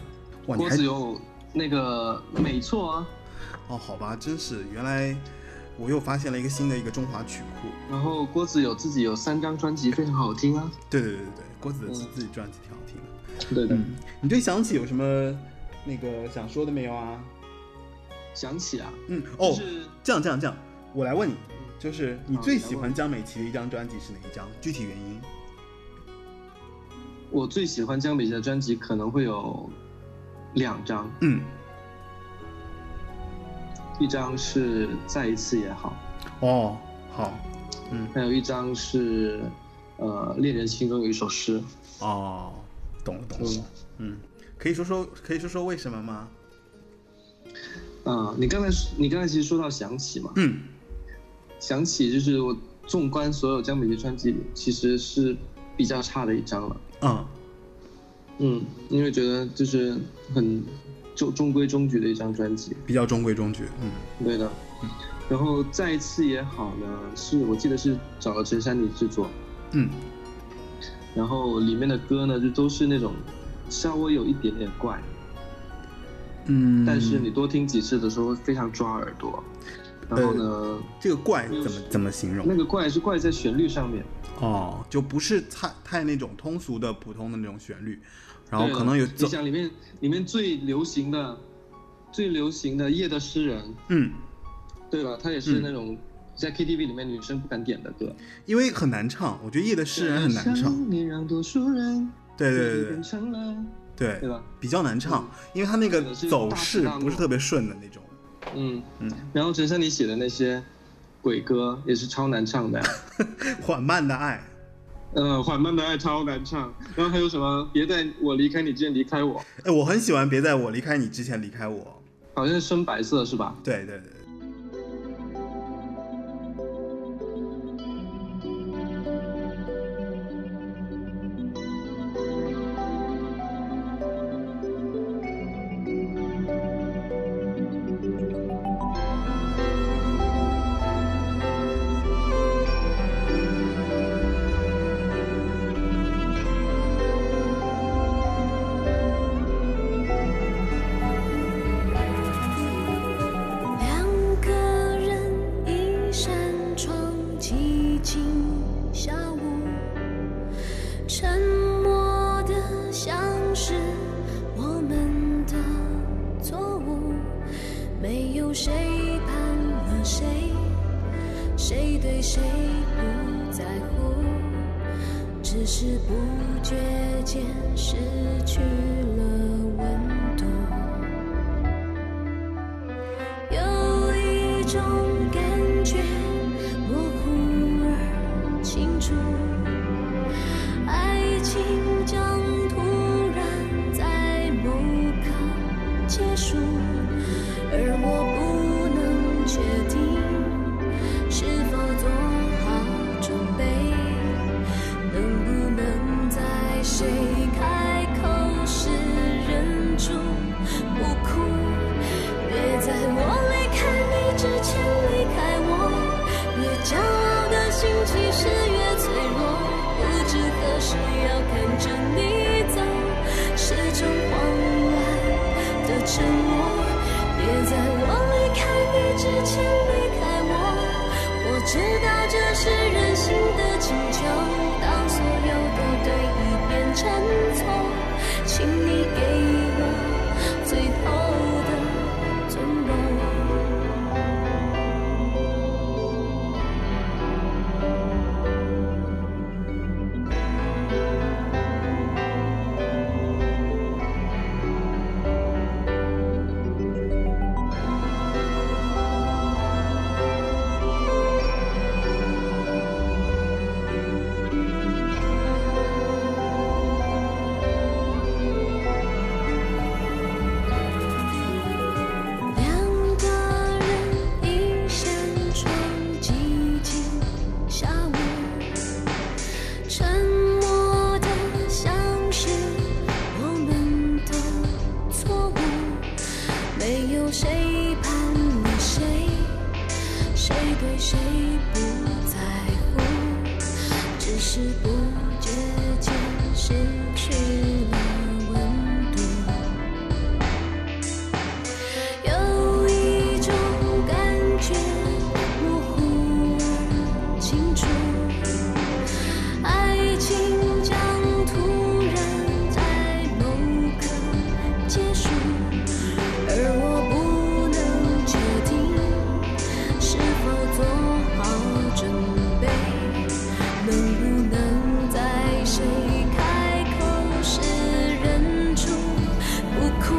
哇，你郭还子有那个美错啊，哦，好吧，真是原来我又发现了一个新的一个中华曲库。然后郭子有自己有三张专辑非常好听啊。对对对对对，郭子的嗯自己专辑挺好听的。对的，嗯，你对想起有什么那个想说的没有啊？想起啊，嗯，哦，就是这样这样这样，我来问你，就是你好最来喜问欢江美琪的一张专辑是哪一张？具体原因？我最喜欢江美琪的专辑可能会有两张，嗯，一张是《再一次也好哦，好，嗯》，，还有一张是呃《恋人心中有一首诗》。哦，懂了懂了嗯，嗯，可以说说可以说说为什么吗？啊、你刚才你刚才其实说到想起嘛，嗯，想起就是我纵观所有江美琪专辑里，其实是比较差的一张了。嗯，嗯，因为觉得就是很中中规中矩的一张专辑。比较中规中矩，嗯，对的。然后再一次也好呢，是我记得是找了陈珊妮制作，嗯，然后里面的歌呢就都是那种稍微有一点点怪，嗯，但是你多听几次的时候会非常抓耳朵。然后呢，这个怪嗯怎么怎么形容那？个怪是怪在旋律上面，哦，就不是太太那种通俗的普通的那种旋律，然后对的可能有你走，想里面里面最流行的最流行的夜的诗人，嗯，对吧？他也是嗯那种在 KTV 里面女生不敢点的歌，因为很难唱，我觉得夜的诗人很难唱，你让多数人对对变对成了，对对对，吧？嗯比较难唱，因为他那个是的走是势大不是特别顺的那种，嗯，嗯，然后陈珊妮写的那些鬼歌也是超难唱的， 缓慢的爱，呃，缓慢的爱超难唱。然后还有什么？别在我离开你之前离开我，哎，我很喜欢别在我离开你之前离开我，好像是深白色是吧？对对对，两个人，一扇窗，寂静下午，沉默的像是我们的错误，没有谁判了谁，谁对谁不在乎，只是不觉间失去了温度。有一种感觉模糊而清楚，爱情将突然在某刻结束。谁开口时忍住不哭？越在我离开你之前离开我，越骄傲的心其实越脆弱。不知何时要看着你走，始终慌乱的沉默。别在我离开你之前离开我。我知道这是人性的请求，当所有的对已变成错，请你给我最后的尊重。两个人一扇窗，寂静下午，沉默的像是我们的错误。没有谁叛逆谁，谁对谁不在乎，只是不觉间失去了温度。有一种感觉模糊而清楚，爱情将突然在某刻结束，而我不能确定是否做好准备，能不能在谁开口时忍住不哭。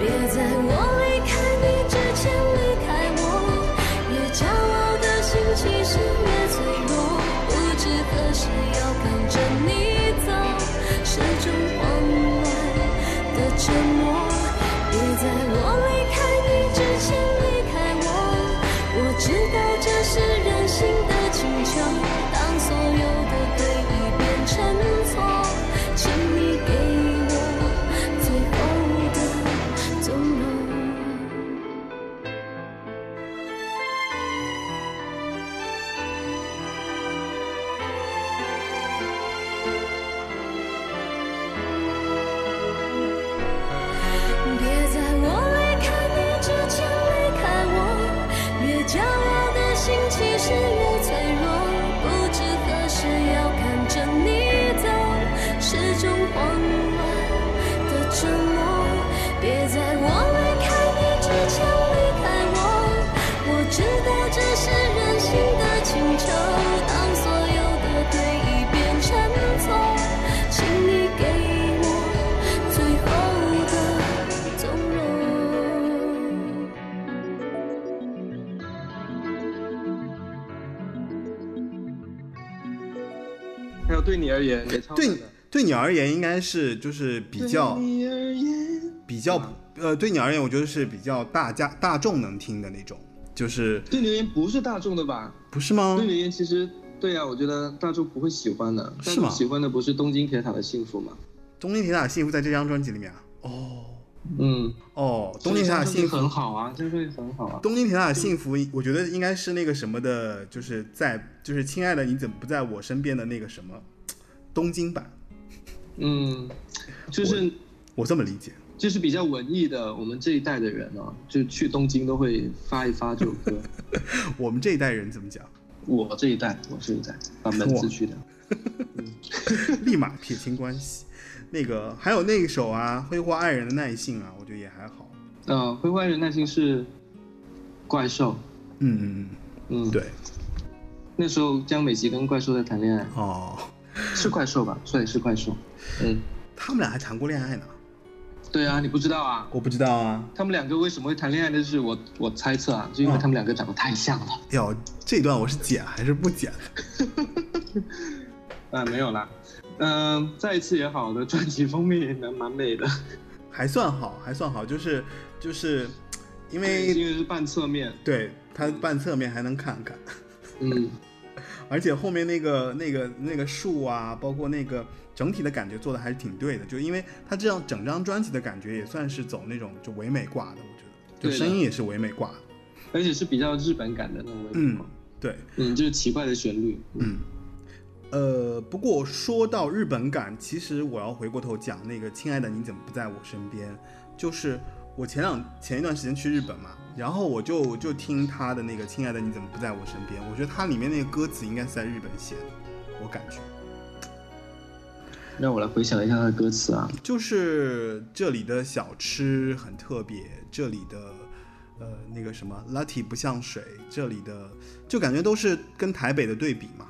别在我离开你之前离开我，越骄傲的心其实越脆弱。不知何时要看着你走，始终慌乱的沉默。别在我离开你之前离开我，我知道这是人性的请求。当所有的对已变成错，请你给我最后的。纵容。别在我离开你之前离开我，越骄傲的心其实越脆弱。不知何时要看着你走，始终慌乱的沉默。别在我离开你之前离开我，我知道这是人性的请求。当所有的对已变成错，请你给我最后的。纵容。还有哦对你而言也超对难你的对你而言应该是就是比较对你而言，比较呃，对你而言，我觉得是比较大家大众能听的那种，就是对你而言不是大众的吧？不是吗对？你而言其实对啊，我觉得大众不会喜欢的。是大吗众喜欢的不是东京铁塔的幸福吗？东京铁塔幸福在这张专辑里面啊，哦嗯，哦，东京铁塔所以幸这张专辑很福，好啊，这张专辑很好啊。东京铁塔幸福，我觉得应该是那个什么的，就是在就是亲爱的你怎么不在我身边的那个什么东京版，嗯，就是我这么理解。就是比较文艺的，我们这一代的人哦，就去东京都会发一发这首歌。 我们这一代人怎么 讲？我这一代，我这一代把门字去掉。立马撇清关系。那个还有那一首啊，《挥霍爱人的耐性》啊，我觉得也还好。呃，灰灰人耐心是怪兽，嗯嗯嗯，嗯，，对，那时候江美琪跟怪兽在谈恋爱，哦，是怪兽吧？ 对，是怪兽。嗯，他们俩还谈过恋爱呢，对啊，你不知道啊？我不知道啊。他们两个为什么会谈恋爱呢？就是我我猜测啊，就因为他们两个长得太像了。哟，这段我是剪还是不剪？啊，没有啦。嗯、再一次也好，我的专辑封面也蛮蛮美的，还算好，还算好，就是就是，因因为为是半侧面。对它半侧面还能看看，嗯， 而且后面那个那个那个树啊，包括那个整体的感觉做的还是挺对的，就因为他这样整张专辑的感觉也算是走那种就唯美挂的，我觉得，就对的声音也是唯美挂的，而且是比较日本感的那种味嗯道，对，嗯，就是奇怪的旋律，嗯，呃，不过说到日本感，其实我要回过头讲那个《亲爱的你怎么不在我身边》，就是我前两前一段时间去日本嘛，然后我就我就听他的那个《亲爱的你怎么不在我身边》，我觉得它里面那个歌词应该是在日本写的，我感觉让我来回想一下它的歌词啊，就是这里的小吃很特别，这里的。呃，那个什么 l a t t 不像水，这里的就感觉都是跟台北的对比嘛，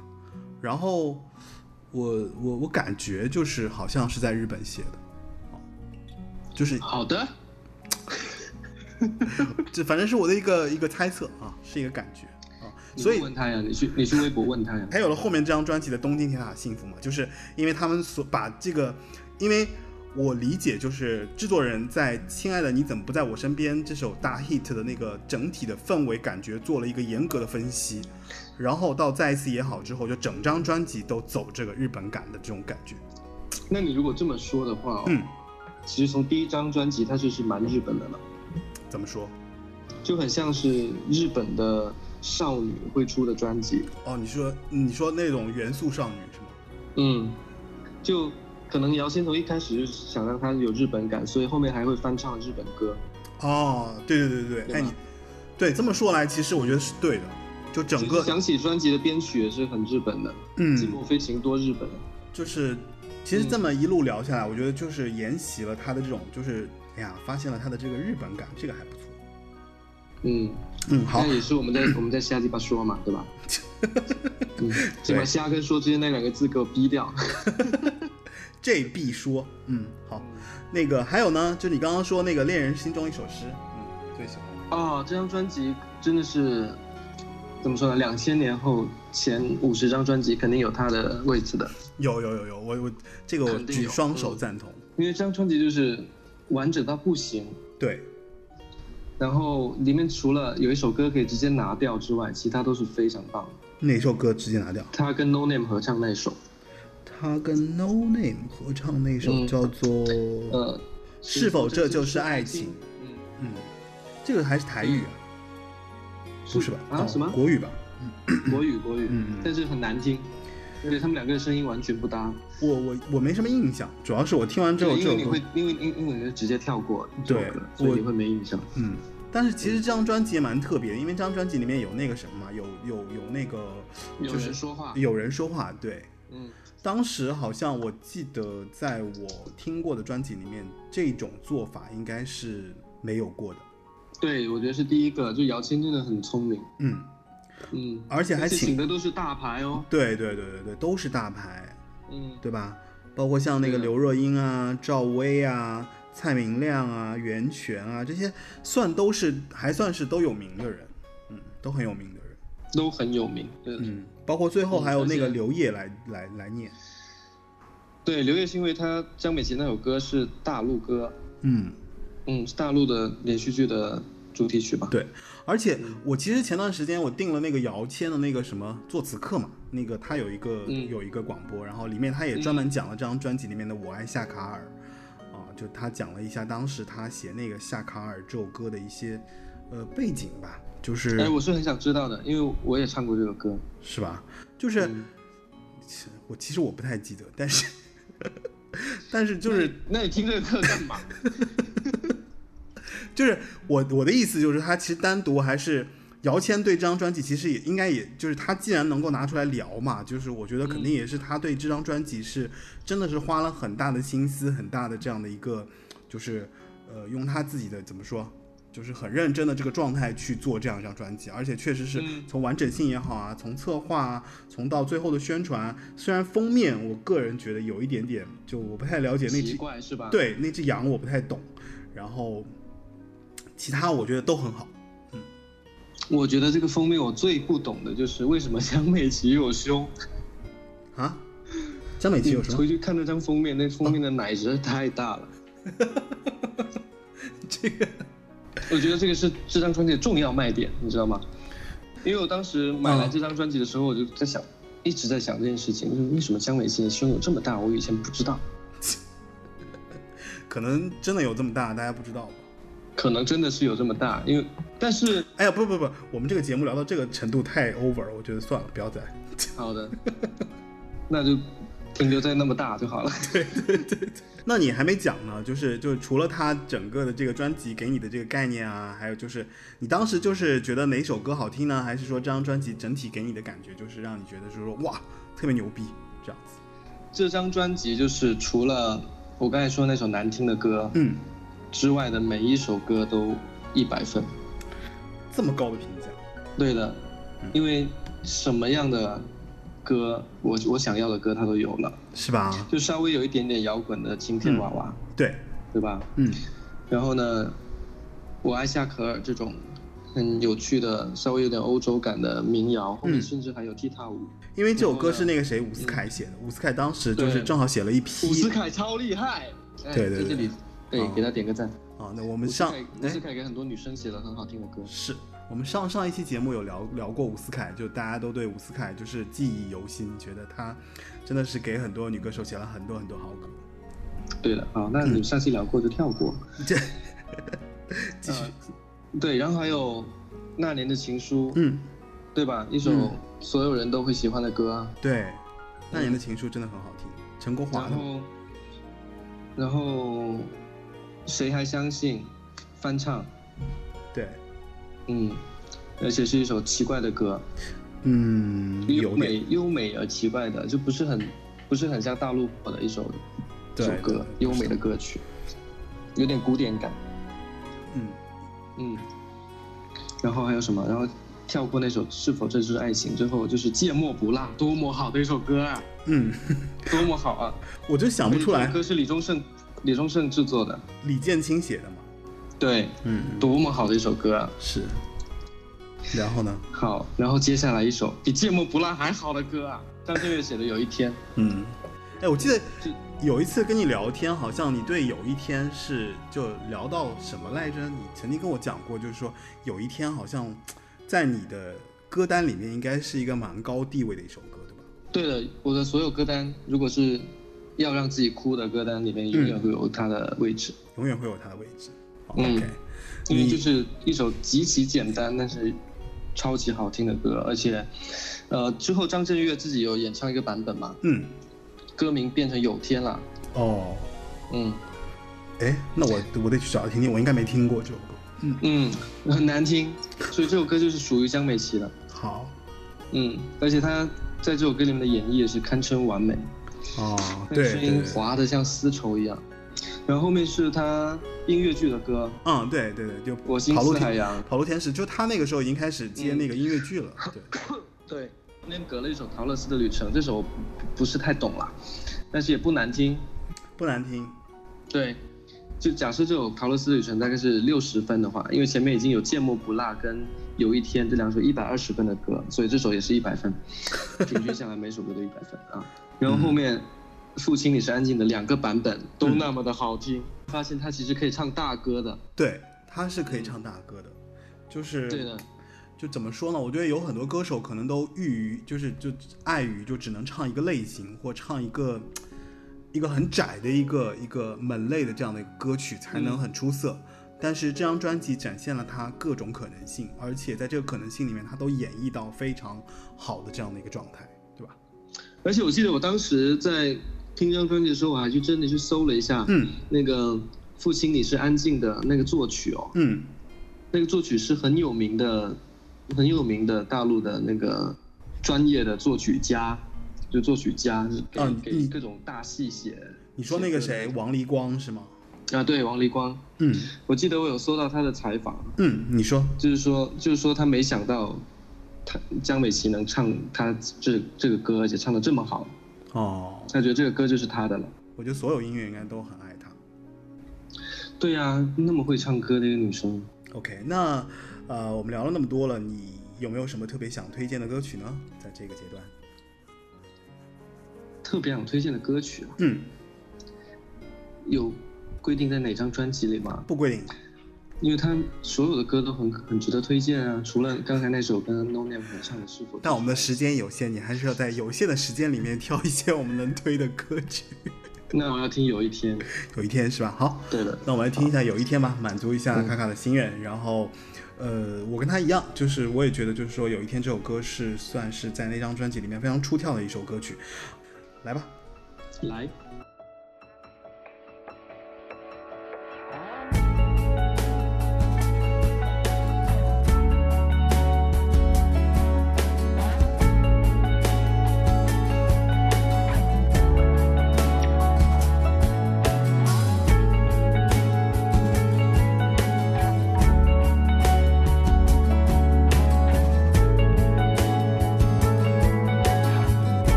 然后我我我感觉就是好像是在日本写的，哦就是好的，这反正是我的一个一个猜测啊，是一个感觉啊，你所以问他呀，你去你去微博问他呀，才有了后面这张专辑的《东京铁塔幸福》嘛，就是因为他们所把这个，因为我理解就是制作人在《亲爱的你怎么不在我身边》这首大 hit 的那个整体的氛围感觉做了一个严格的分析，然后到再一次也好之后，就整张专辑都走这个日本感的这种感觉，那你如果这么说的话、哦，嗯，其实从第一张专辑它就是蛮日本的了，怎么说？就很像是日本的少女会出的专辑，哦，你说你说那种元素少女是吗？嗯，就可能姚先从一开始就想让他有日本感，所以后面还会翻唱日本歌，哦，对对对对对，对哎吧你，对这么说来，其实我觉得是对的，就整就是个想起专辑的编曲也是很日本的，嗯，寂寞飞行》多日本，就是其实这么一路聊下来，我觉得就是沿袭了他的这种，就是哎呀，发现了他的这个日本感，这个还不错。嗯，嗯，好那，也是 我们在我们在瞎鸡巴说嘛，对吧？嗯，先把“瞎”跟“说”之间那两个字给我 逼掉。这必说。嗯，好，那个还有呢，就你刚刚说那个《恋人心中一首诗》，嗯，最喜欢。哦，这张专辑真的是怎么说呢？两千年后前五十张专辑肯定有它的位置的，有有有有，我我这个我肯定举有双手嗯赞同。因为这张专辑就是完整到不行。对，然后里面除了有一首歌可以直接拿掉之外，其他都是非常棒的。哪首歌直接拿掉？他跟 No Name 合唱那一首，他跟 No Name 合唱那首嗯叫做《呃，是否这就是爱情》。嗯，嗯，这个还是台语啊，不是吧？啊，哦什么？国语吧？国语国语，嗯嗯但是很难听，而且他们两个的声音完全不搭。我我我没什么印象，主要是我听完之后这因为首你歌会，因为因因为你会直接跳过这首对歌，所以我你会没印象。嗯，但是其实这张专辑也蛮特别的，因为这张专辑里面有那个什么嘛，有有有那个有就是人说话，有人说话，对，嗯，当时好像我记得在我听过的专辑里面，这种做法应该是没有过的，对，我觉得是第一个，就姚谦真的很聪明，嗯，嗯，而且还而且请请，的都是大牌哦，对对对对对，都是大牌，嗯，对吧？包括像那个对的刘若英啊、赵薇啊、蔡明亮啊、袁泉啊，这些算都是还算是都有名的人，嗯，都很有名的人，都很有名，对，嗯，包括最后还有那个嗯而且刘烨来来来念，对，刘烨是因为他江美琪那首歌是大陆歌，嗯，嗯，是大陆的连续剧的主题曲吧？对。而且我其实前段时间我订了那个姚谦的那个什么作词课嘛，那个他有一个、嗯有一个广播，然后里面他也专门讲了这张专辑里面的《我爱夏卡尔》，啊，就他讲了一下当时他写那个《夏卡尔》这首歌的一些呃背景吧，就是哎，我是很想知道的，因为我也唱过这首歌。是吧？就是、嗯其我其实我不太记得，但是 但是就是那你听这个歌干嘛？就是我我的意思就是，他其实单独还是姚谦对这张专辑，其实也应该也就是他既然能够拿出来聊嘛，就是我觉得肯定也嗯是他对这张专辑是真的是花了很大的心思，很大的这样的一个就是呃用他自己的怎么说？就是很认真的这个状态去做这样一张专辑，而且确实是嗯从完整性也好啊，从策划啊，从到最后的宣传，啊虽然封面我个人觉得有一点 点，就我不太了解那只奇怪是吧？，对，那只羊我不太懂，然后其他我觉得都很好。我觉得这个封面我最不懂的就是为什么江美琪有胸。啊，张美琪有什你么回？去看那张封面，那封面的奶实在太大了。 这个我觉得这个是这张专辑的重要卖点，你知道吗？因为我当时买来嗯这张专辑的时候，我就在想，一直在想这件事情，就是为什么江美琪的胸有这么大，我以前不知道，可能真的有这么大，大家不知道吧？可能真的是有这么大，因为但是哎呀，不不不，我们这个节目聊到这个程度太 over，了我觉得算了，不要再。好的，那就停留在那么大就好了。那你还没讲呢，就是就是除了他整个的这个专辑给你的这个概念啊，还有就是你当时就是觉得哪首歌好听呢？还是说这张专辑整体给你的感觉就是让你觉得就是说哇特别牛逼这样子？这张专辑就是除了我刚才说那首难听的歌嗯，之外的每一首歌都一百分。这么高的评价，对的嗯，因为什么样的歌，我我想要的歌它都有了，是吧？就稍微有一点点摇滚的《晴天娃娃》对，对吧？嗯然后呢，我爱夏可尔这种很有趣的、稍微有点欧洲感的民谣，后面嗯甚至还有踢踏舞。因为这首歌是那个谁伍思凯写的，伍思凯当时就是嗯对正好写了一伍批思凯超厉害，哎对对对在这里对啊给他点个赞。啊。那我伍们思上凯，伍哎思凯给很多女生写了很好听的歌。是我们上上一期节目有聊聊过伍思凯，就大家都对伍思凯就是记忆犹新，觉得他真的是给很多女歌手写了很多很多好歌。 对的，好，嗯那你们上期聊过就跳过。呃这继续，对，然后还有那年的情书，嗯，对吧？一首嗯所有人都会喜欢的歌啊。对，那年的情书真的很好听，陈国华嗯然的，后，然后谁还相信翻唱？对，嗯，而且是一首奇怪的歌，嗯，优有点美优美而奇怪的，就不是很不是很像大陆火的一首一对首歌，对优美的歌曲，有点古典感。嗯，嗯，然后还有什么？然后跳过那首《是否这就是爱情》，最后就是《芥末不辣》，多么好的一首歌啊，嗯，多么好啊！我就想不出而来且这首，歌是李宗盛，李宗盛制作的，李建清写的嘛，对，嗯，多么好的一首歌啊！是。然后呢？好，然后接下来一首比《芥末不辣》还好的歌啊，张震岳写的《有一天》，嗯，哎，我记得这有一次跟你聊天，好像你对有一天是就聊到什么来着？你曾经跟我讲过，就是说有一天好像在你的歌单里面应该是一个蛮高地位的一首歌，对吧？对了，我的所有歌单，如果是要让自己哭的歌单里面，永远嗯会有它的位置，永远会有它的位置。好嗯 OK，因为你就是一首极其简单，但是超级好听的歌，而且，呃，之后张震岳自己有演唱一个版本嘛，嗯，歌名变成《有天》了，哦，嗯哎，那我我得去找来听听，我应该没听过这首歌。嗯，嗯，很难听，所以这首歌就是属于江美琪的，好，嗯，而且她在这首歌里面的演绎也是堪称完美。哦，那个对声对对音，滑的像丝绸一样。然后后面是他音乐剧的歌嗯，对对对，就《我心跑路似海天洋》，跑路天使，就他那个时候已经开始接嗯那个音乐剧了，对，对，中间隔了一首《陶乐斯的旅程》，这首我不不是太懂啦，但是也不难听。不难听，对，就假设这首《陶乐斯的旅程》大概是六十分的话，因为前面已经有《芥末不辣》跟《有一天》这两首一百二十分的歌，所以这首也是一百分，平均下来每首歌都一百分啊。然后后面。父亲，你是安静的，两个版本都嗯那么的好听，发现他其实可以唱大歌的，对，他是可以唱大歌的，就是对的，就怎么说呢？我觉得有很多歌手可能都郁于，就是就碍于就只能唱一个类型或唱一个一个很窄的一个一个门类的这样的歌曲才嗯能很出色。但是这张专辑展现了他各种可能性，而且在这个可能性里面，他都演绎到非常好的这样的一个状态，对吧？而且我记得我当时在听这张专辑的时候，我还去真的去搜了一下，嗯那个《父亲你是安静的》那个作曲哦，嗯，那个作曲是很有名的，很有名的大陆的那个专业的作曲家，就作曲家是给、啊给你各种大戏写。你说那个谁，王黎光是吗？啊？对，王黎光，嗯我记得我有搜到他的采访，嗯，你说就是说，就是说他没想到。他江美琪能唱他这这个歌，而且唱的这么好，哦，他觉得这个歌就是他的了。我觉得所有音乐应该都很爱他。对呀、那么会唱歌的一个女生， OK，那呃，我们聊了那么多了，你有没有什么特别想推荐的歌曲呢？在这个阶段，特别想推荐的歌曲啊，嗯，有规定在哪张专辑里吗？不规定，因为他所有的歌都很很值得推荐啊，除了刚才那首跟 No Name 合唱的《是否》。但我们的时间有限，你还是要在有限的时间里面挑一些我们能推的歌曲。那我要听《有一天》。有一天是吧？好，对的，那我们来听一下《有一天》吧，满足一下卡卡的心愿。然后，呃，我跟他一样，就是我也觉得，就是说《有一天》这首歌是算是在那张专辑里面非常出挑的一首歌曲。来吧，来。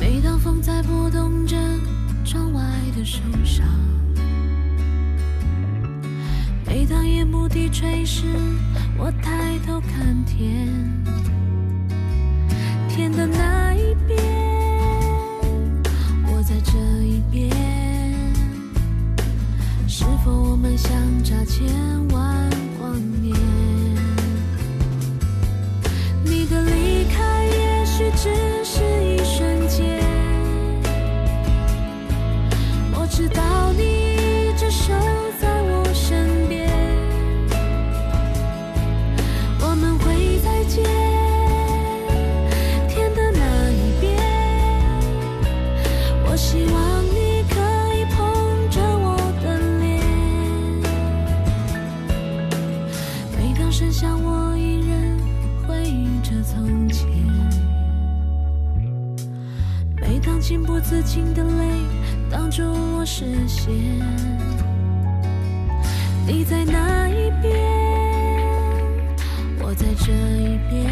每当风在拨动着窗外的树梢，每当夜幕低垂时，我抬头看天，天的那一边，我在这一边，是否我们相差千万光年？你的离开也许只是一瞬间，我知道你一直守在我身边，我们会再见。天的那一边，我希望你可以捧着我的脸。每当剩下我一人回忆着从前，每当情不自禁的泪挡住我视线，你在那一边，我在这一边，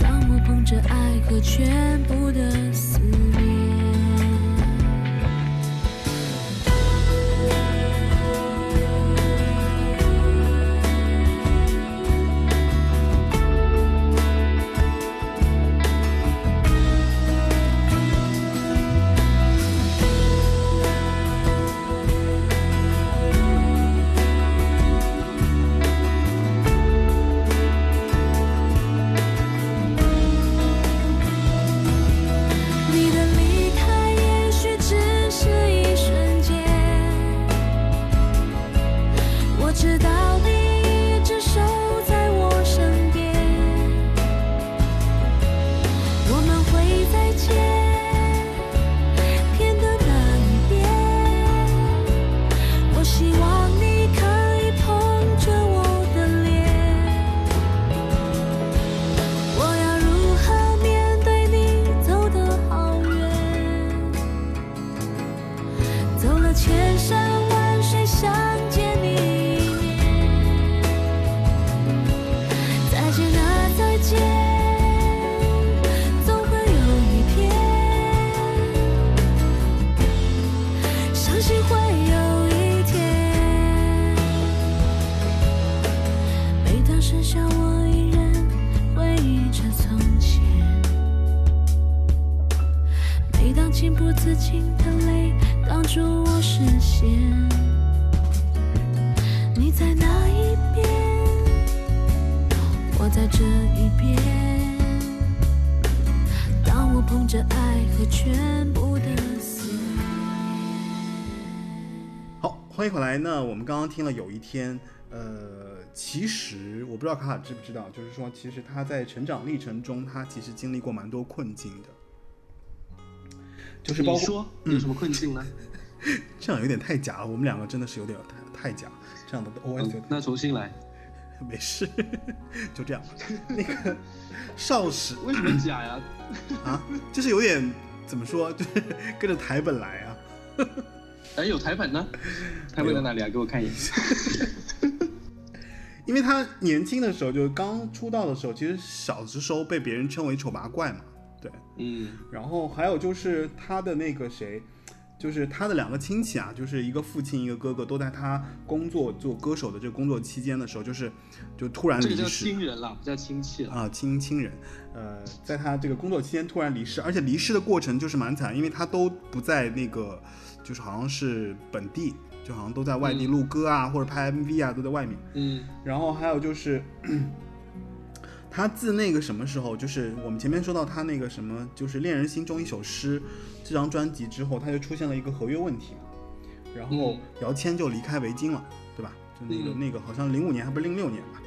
当我捧着爱和全部的思念。你的离开也许只是一瞬间，我知道你一直守在我身边，我们会再见。天的那一边，我希望你可以捧着我的脸。我要如何面对你走得好远？走了千山万水，想见你一面。再见啊，再见，总会有一天，相信会有一天。每当剩下我一人回忆着从前，每当情不自禁的泪挡住我视线，你在那一边，我在这一边。当我捧着爱和全部的思好，欢迎回来呢。我们刚刚听了《有一天》，呃，其实我不知道卡卡知不知道，就是说，其实他在成长历程中，他其实经历过蛮多困境的，就是包你括嗯说有什么 困境呢？这样有点太假了，我们两个真的是有点太太假，这样的哦 OS 有嗯点、那重新来， 没事，就这样。 那个少时 为什么假呀？啊，就是有点怎么说，就是跟着台本来啊。哎，有台本呢？台本在哪里啊？给我看 一眼。因为他年轻的时候，就是刚出道的时候，其实小的时候被别人称为丑八怪嘛，对。嗯，然后还有就是他的那个谁，就是他的两个亲戚啊，就是一个父亲一个哥哥，都在他工作做歌手的这个工作期间的时候，就是就突然这个离叫世亲人了，不叫亲戚了。啊，亲亲人，呃，在他这个工作期间突然离世，而且离世的过程就是蛮惨，因为他都不在那个，就是好像是本地，就好像都在外地嗯录歌啊、或者拍 MV 啊，都在外面。嗯然后还有就是， 他自那个什么时候，就是我们前面说到他那个什么，就是《恋人心中一首诗》这张专辑之后，他就出现了一个合约问题嘛，然后嗯姚谦就离开维京了，对吧？就那个、嗯那个好像零五年还不是零六年吧，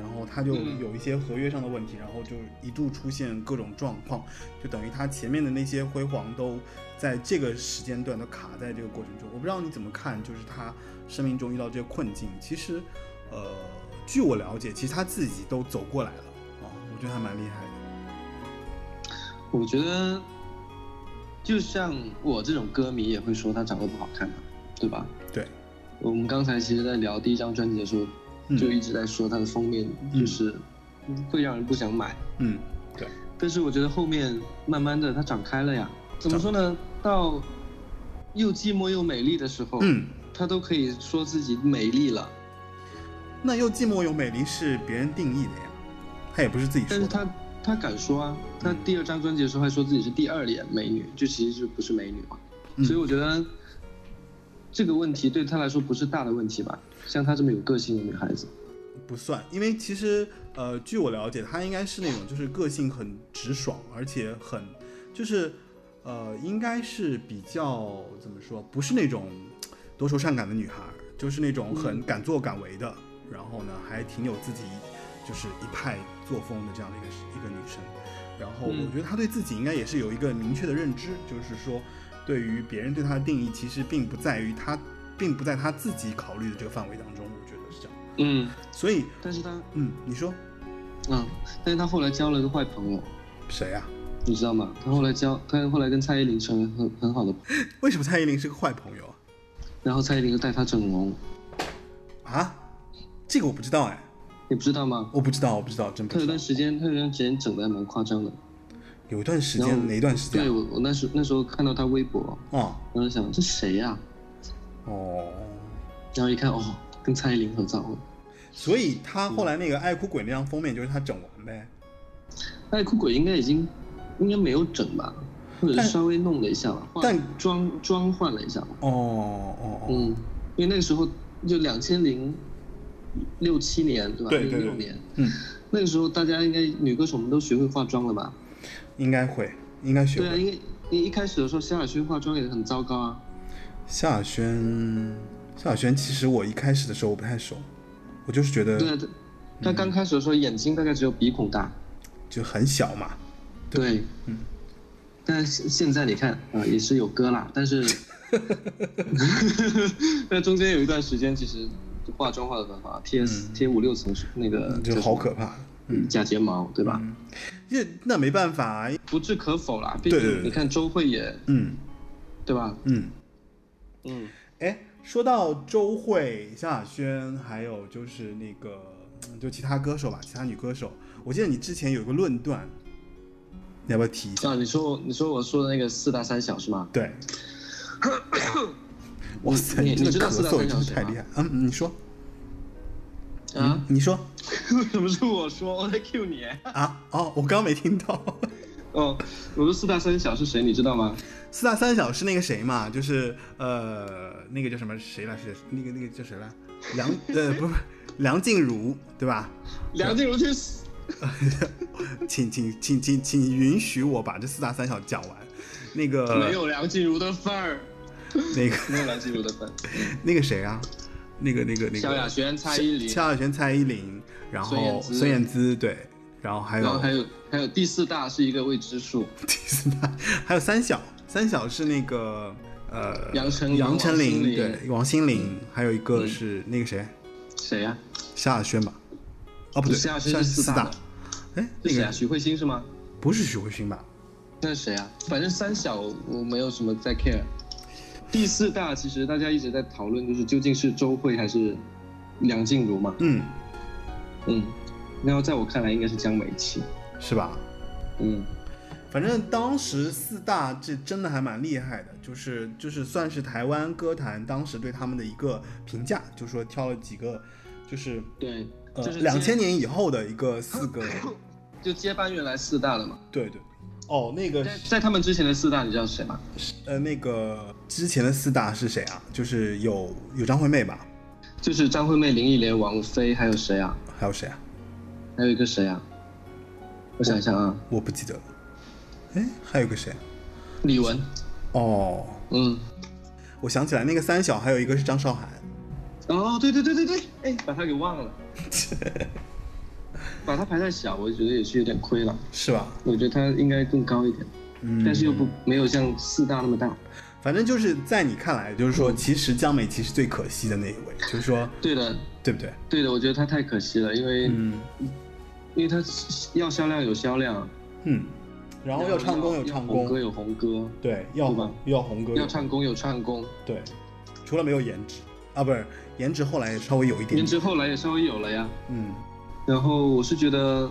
然后他就嗯有一些合约上的问题，然后就一度出现各种状况，就等于他前面的那些辉煌都在这个时间段都卡在这个过程中。我不知道你怎么看，就是他生命中遇到这些困境，其实，呃，据我了解，其实他自己都走过来了啊、哦，我觉得还蛮厉害的。我觉得，就像我这种歌迷也会说他长得不好看嘛，对吧？对，我们刚才其实，在聊第一张专辑的时候，嗯就一直在说它的封面嗯就是会让人不想买，嗯但是我觉得后面慢慢的它长开了呀。怎么说呢？到又寂寞又美丽的时候，嗯，他都可以说自己美丽了，那又寂寞又美丽是别人定义的呀，他也不是自己说但的。是他他敢说啊，他第二张专辑的时候还说自己是第二脸美女，就其实就不是美女嘛。嗯所以我觉得这个问题对他来说不是大的问题吧。像她这么有个性的女孩子，不算，因为其实呃，据我了解，她应该是那种就是个性很直爽，而且很就是呃，应该是比较怎么说，不是那种多愁善感的女孩儿，就是那种很敢作敢为的，然后呢还挺有自己就是一派作风的这样的一个一个女生。然后嗯我觉得她对自己应该也是有一个明确的认知，就是说对于别人对她的定义，其实并不在于她，并不在她自己考虑的这个范围当中，我觉得是这样。嗯，所以但是她，嗯，你说嗯，但是她后来交了个坏朋友，谁啊呀、你知道吗？她后来交，她后来跟蔡依林成为很很好的朋友，为什么蔡依林是个坏朋友啊？然后蔡依林就带她整容，啊，这个我不知道哎，你不知道吗？我不知道，我不知道，真不她知有道段。时间，她有段时间整的还蛮夸张的。有一段时然后间，哪一段时间对啊？我，我那时那时候看到她微博，哦我就想这谁呀、哦，然后一看，哦，跟蔡依林合照了。所以他后来那个《爱哭鬼》那张封面就是他整完呗。爱哭哎鬼应该已经应该没有整吧，或者但是稍微弄了一下吧，换但妆妆换了一下吧。哦哦哦，嗯，因为那个时候就两千零六七年对吧？对对零六对年嗯，那个时候，大家应该女歌手们都学会化妆了吧？应该会，应该学对啊，会。因为你一开始的时候，萧亚轩化妆也很糟糕啊。嗯夏亚轩，夏亚轩，其实我一开始的时候我不太熟，我就是觉对啊，得她她刚开始的时候眼睛大概只有鼻孔大。就很小嘛。对，嗯。但是现在你看啊、也是有歌啦，但是，那中间有一段时间，其实化妆化的很好，啊贴贴五六层那个嗯就好可怕，怕，嗯假睫毛对嗯吧？这那没办法，不置可否啦，毕对对对竟你看周慧也嗯对吧？嗯，嗯，哎，说到周慧、萧亚轩，还有就是那个，嗯就其他歌手吧，其他女歌手，我记得你之前有一个论断，你要不要提一下？啊，你说我你说我说的那个四大三小是吗？ 对，哇塞，你这你个知道咳四大嗽三小真是是谁太吗厉害。嗯，你说，啊，你说 为什么是我说我在 Q 你？啊？哦，我刚没听到。哦，我说四大三小是谁，你知道吗？四大三小是那个谁嘛？就是呃，那个叫什么谁来是那个那个叫谁来？梁呃不是梁静茹对吧？梁静茹去死！ 请请请请请允许我把这四大三小讲完。那个没有梁静茹的份儿，那个没有梁静茹的份儿。那个谁啊，那个那 个那个萧亚轩、蔡依林，萧亚轩、蔡依林，然孙后燕姿孙燕姿对，然后还然后有还有还有第四大是一个未知数，第四大，还有三小，三小是那个呃杨丞琳杨丞王琳心凌嗯对王心凌，还有一个是那个谁谁啊呀、萧亚轩吧，哦不对，萧亚轩是四四大大的，哎是那谁啊？个许慧欣是吗？不是许慧欣吧？那是谁啊？反正三小我没有什么在 care。第四大其实大家一直在讨论，就是究竟是周慧还是梁静茹嘛？嗯，嗯，然后在我看来应该是江美琪。是吧？嗯，反正当时四大这真的还蛮厉害的，就是就是算是台湾歌坛当时对他们的一个评价，就说挑了几个，就是对，呃就是两接千年以后的一个四 个，就接班原来四大的嘛，对对，哦那个在在他们之前的四大，你知道是谁吗？呃那个之前的四大是谁啊？就是有有张惠妹吧，就是张惠妹、林忆莲、王菲，还有谁啊？还有谁啊？还有一个谁啊？我想一下啊，我不记得了，哎还有个谁啊？李玟，哦，嗯，我想起来那个三小还有一个是张韶涵，哦，对对对对对，哎，把她给忘 了，把她排在小，我觉得也是有点亏了，是吧？我觉得她应该更高一点，嗯，但是又不没有像四大那么大。反正就是在你看来，就是嗯说，其实江美琪是最可惜的那一 位，就是说，对的，对不对？对的，我觉得她太可惜了，因为、嗯因为她要销量有销量，嗯，然后要唱功有唱要红歌功，有红歌，对，要对吧红要红歌有要唱功有唱功。对，除了没有颜值啊，不是颜值，后来稍微有一点颜，值后来也稍微有了呀。嗯然后我是觉得，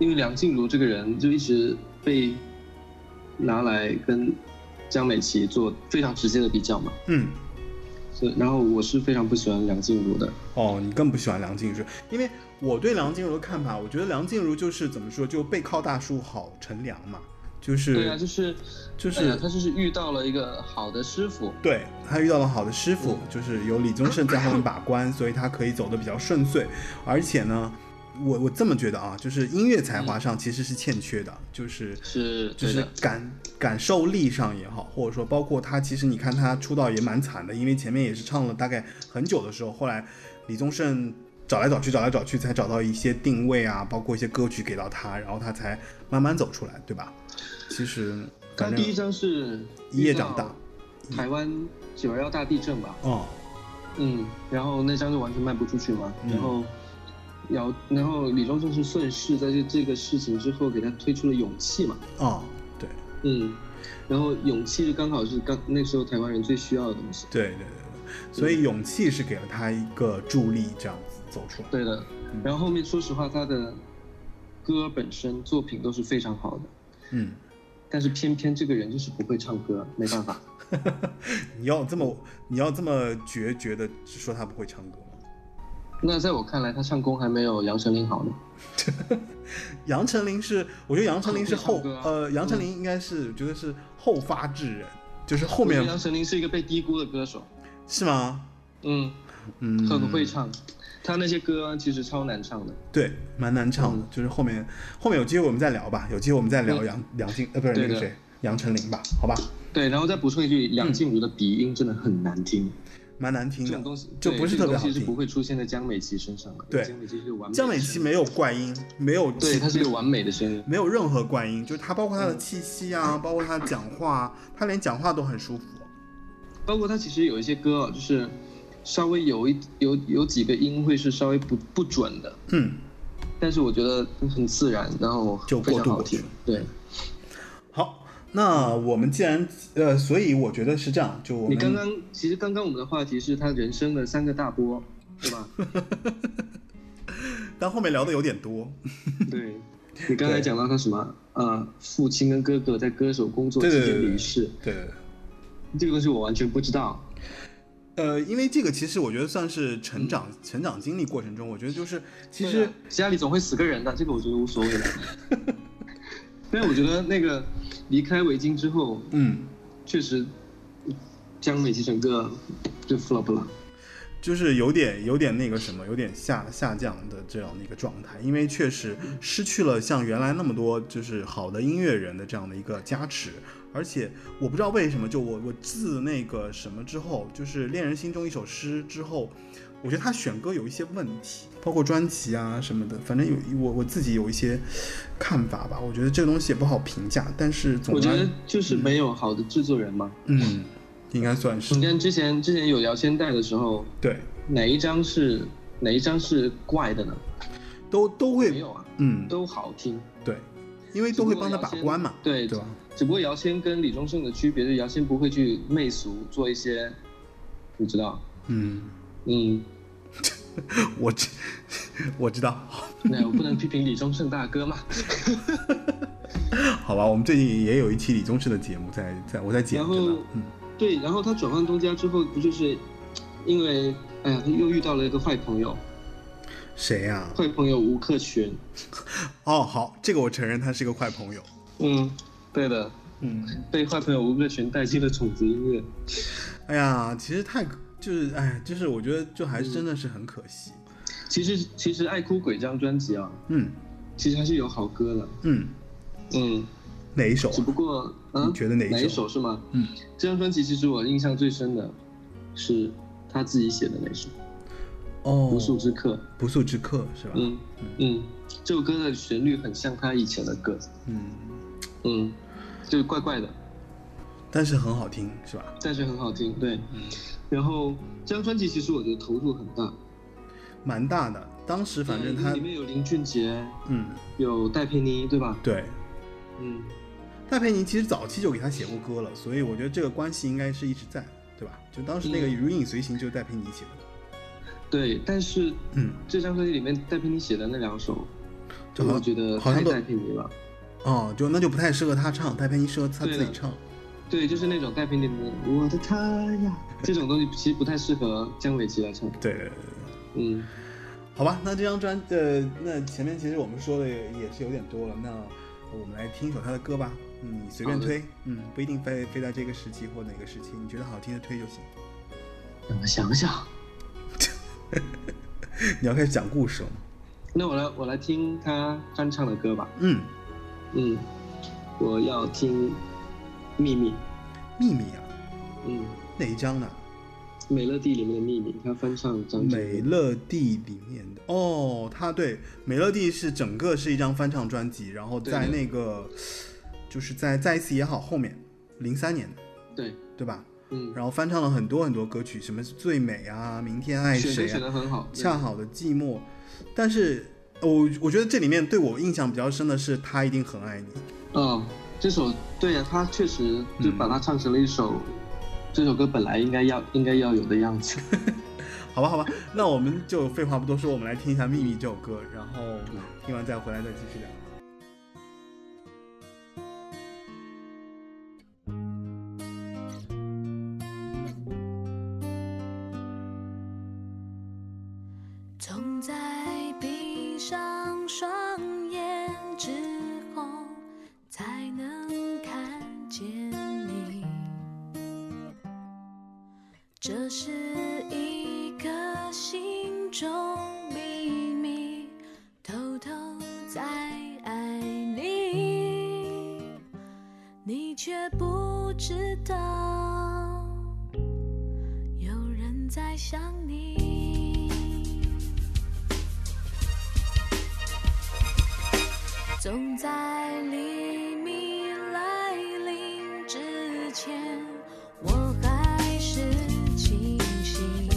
因为梁静茹这个人就一直被拿来跟江美琪做非常直接的比较嘛，嗯，所以然后我是非常不喜欢梁静茹的。哦，你更不喜欢梁静茹，因为我对梁静茹的看法，我觉得梁静茹就是怎么说，就背靠大树好乘凉嘛，就是对啊，就是就哎呀是她就是遇到了一个好的师傅。对他遇到了好的师傅，嗯就是有李宗盛在后面把 关，所以他可以走得比较顺遂。而且呢，我我这么觉得啊，就是音乐才华上其实是欠缺的，就是嗯是就对是的感感受力上也好，或者说包括他其实你看他出道也蛮惨的，因为前面也是唱了大概很久的时候，后来李宗盛。找来找去，找来找去，才找到一些定位啊，包括一些歌曲给到他，然后他才慢慢走出来，对吧？其实，她反正第一张是一夜长大，台湾九幺幺大地震吧，哦，嗯，然后那张就完全卖不出去嘛，嗯然后，然后然后李宗盛是顺势在这这个事情之后给他推出了勇气嘛，哦，对，嗯，然后勇气就刚好是刚那时候台湾人最需要的东西，对对对对，所以勇气是给了他一个助力，这样子走出来。对的。嗯然后后面说实话，他的歌本身作品都是非常好的，嗯，但是偏偏这个人就是不会唱歌，没办 法。你要这么你要这么决绝的说他不会唱歌吗？那在我看来，他唱功还没有杨丞琳好呢。杨丞琳是，我觉得杨丞琳是后很会唱歌啊呃，杨丞琳应该是我觉得是后发制人，就是后面我觉得杨丞琳是一个被低估的歌手，是吗？嗯，嗯，很会唱，他那些歌啊其实超难唱的。对，蛮难唱的，就是后面后面有机会我们再聊吧，有机会我们再聊嗯杨梁静呃不是对那个的谁杨丞琳吧，好吧，对，然后再补充一句，嗯梁静茹的鼻音真的很难听，蛮难听这的种东西，嗯就对不是这特种别东好西是不听。会出现在江美琪身上的。对江美琪是个完美的江美声琪音没有怪音，没有对，气她是一个完美的声音。没有任何怪音，就是他包括嗯他的气息啊，包括他讲话啊，他连讲话都很舒服。包括她其实有一些歌，哦，就是稍微有一有有几个音会是稍微不不准的，嗯，但是我觉得很自然，然后就非过常渡好过去听。对，好，那我们既然呃，所以我觉得是这样，就我们你刚刚其实刚刚我们的话题是她人生的三个大波，对 吧？但后面聊的有点多，对。你刚才讲到她什么？呃，父亲跟哥哥在歌手工作对期对间对对离世，对对对。这个东西我完全不知道。呃，因为这个其实我觉得算是成长、成长经历过程中，我觉得就是其对实啊家里总会死个人的，这个我觉得无所 谓的。但是我觉得那个离开维京之后，嗯，确实江美琪整个就 flop 了。就是有点有点那个什么，有点下下降的这样的一个状态，因为确实失去了像原来那么多就是好的音乐人的这样的一个加持，而且我不知道为什么，就我我自那个什么之后，就是《恋人心中一首诗》之后，我觉得他选歌有一些问题，包括专辑啊什么的，反正有我我自己有一些看法吧，我觉得这个东西也不好评价，但是总我觉的来得就是没有好的制作人嘛。嗯，应该算是你看之前之前有聊千代的时候，对，哪一张是哪一张是怪的呢？都都没会有啊，嗯都好听。对，因为都会帮他把关嘛。对对吧？只不过姚谦跟李宗盛的区别是，姚谦不会去媚俗做一些，你知道，嗯， 嗯，我知 我知道， 那我不能批评李宗盛大哥嘛。好好吧，我们最近也有一期李宗盛的节目在在我在剪然着后呢，嗯，对，然后他转换东家之后，不就是因为哎呀，他又遇到了一个坏朋友，谁呀、坏朋友吴克群。哦，好，这个我承认他是个坏朋友，嗯，对的，嗯，被坏朋友吴克群带进了种子音乐。哎呀，其实太就是哎，就是我觉得就还是真的是很可惜，其实其实《爱哭鬼》这张专辑啊，嗯其实还是有好歌的。嗯，嗯，哪一首啊、只不过嗯，你觉得哪哪一首首是吗？嗯，这张专辑其实我印象最深的是他自己写的那首哦《无数之客》。不速之客是吧？嗯嗯，这首歌的旋律很像他以前的歌，嗯，嗯，就是怪怪的，但是很好听是吧？但是很好听。对，嗯然后这张专辑其实我觉得投入很大，嗯蛮大的，当时反正他里面有林俊杰，嗯有戴佩妮，对吧？对，嗯，戴佩妮其实早期就给他写过歌了，所以我觉得这个关系应该是一直在，对吧？就当时那个《嗯如影随形》就是戴佩妮写的，对。但是嗯，这张专辑里面戴佩妮写的那两首，就好我觉得好像太都戴佩妮了。哦，就那就不太适合他唱，戴佩妮适合他对自己的唱，对，就是那种戴佩妮的《我的他呀》这种东西，其实不太适合姜伟琪来唱。对对对对。对嗯，好吧，那这张专呃，那前面其实我们说的也也是有点多了，那我们来听一首他的歌吧，嗯，你随便好的推，嗯，不一定非非在这个时期或哪个时期，你觉得好听的推就行。 让我想想，你要开始讲故事了吗？那我来我来听他翻唱的歌吧。嗯，嗯，我要听《秘密》。秘密啊，嗯，哪一张呢？ 《美乐蒂》里面的秘密，他翻唱张震美岳。乐蒂里面的哦，他对美乐蒂是整个是一张翻唱专辑，然后在对的那个就是在再一次也好后面，零三年的对，对吧？嗯，然后翻唱了很多很多歌曲，什么最美啊，明天爱选歌谁选啊，的很好，恰好的寂寞。但是我我觉得这里面对我印象比较深的是他一定很爱你，嗯，这首对呀、他确实就嗯把它唱成了一首、这首歌本来应该要应该要有的 样子。好吧好吧，那我们就废话不多说，我们来听一下《秘密》这首歌，然后听完再回来再继续聊。总在闭上双眼之后，才能看见你。这是一颗心中秘密，偷偷在爱你，你却不知道。有人在想你。总在黎明来临之前，我还是清醒。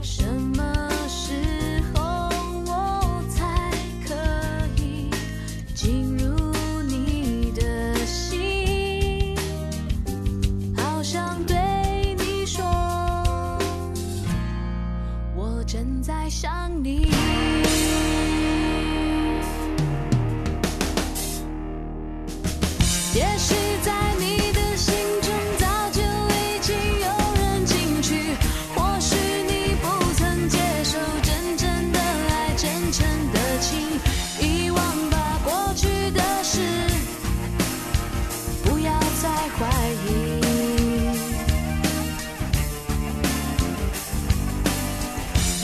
什么时候我才可以进入你的心？好想对你说，我正在想你。也许在你的心中早就已经有人进去，或许你不曾接受真正的爱，真诚的情，遗忘吧过去的事，不要再怀疑。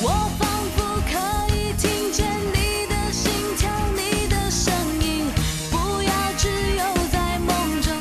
我仿佛可以听见你的心跳，你的声音。不要只有在梦中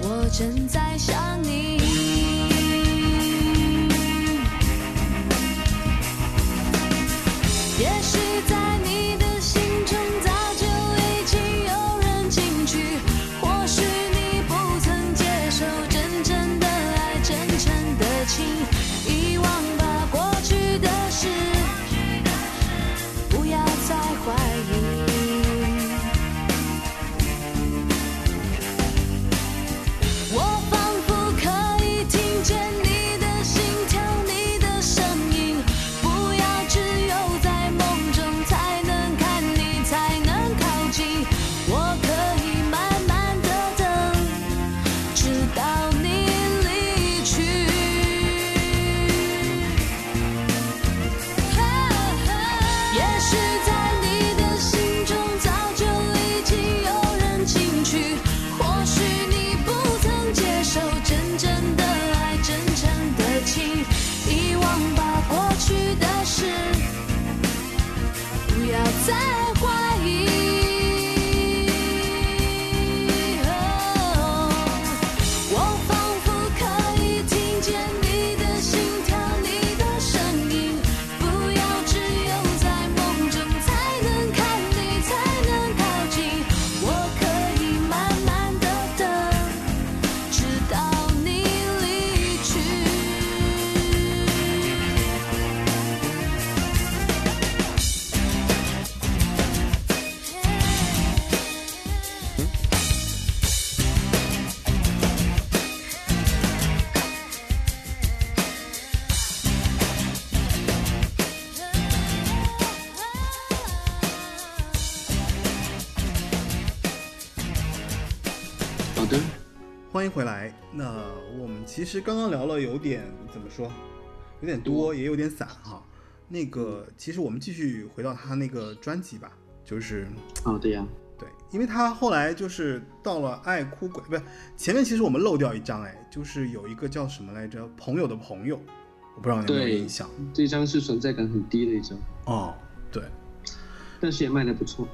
我正在想你。也许在你的心中早就已经有人进去，或许你不曾接受真正的爱，真诚的情，遗忘吧过去的事，不要再怀疑。我仿佛可以听见你的心跳，你的声音。不要只有在梦中才能看你，才能靠近。我可以慢慢的等，直到你离去。也许在你的心中早就已经有人进去，或许你不曾接受真正的爱，真诚的情，遗忘吧过去的事，不要再怀疑。我仿佛可以听见你的心跳，你的声音。不要只有在梦中才能看你，才能靠近。我可以慢慢的等，直到你离去。好的，欢迎回来。那我们其实刚刚聊了有点怎么说，有点多，也有点散哈。那个，其实我们继续回到他那个专辑吧，就是好的哦呀。对，因为他后来就是到了爱哭鬼，不是前面其实我们漏掉一张哎，就是有一个叫什么来着，朋友的朋友，我不知道你有没有对印象这张是存在感很低的一张，哦。对，但是也卖的不错。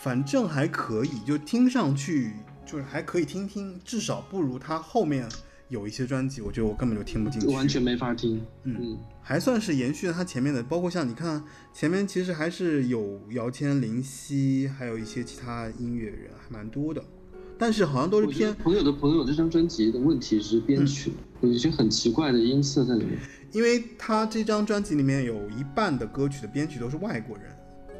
反正还可以，就听上去就是还可以听听，至少不如他后面有一些专辑，我觉得我根本就听不进去，完全没法听。嗯嗯，还算是延续了他前面的，包括像你看前面其实还是有姚谦、林夕，还有一些其他音乐人，还蛮多的，但是好像都是我觉偏得朋友的朋友这张专辑的问题是编曲，嗯有一些很奇怪的音色在里面。因为他这张专辑里面有一半的歌曲的编曲都是外国人，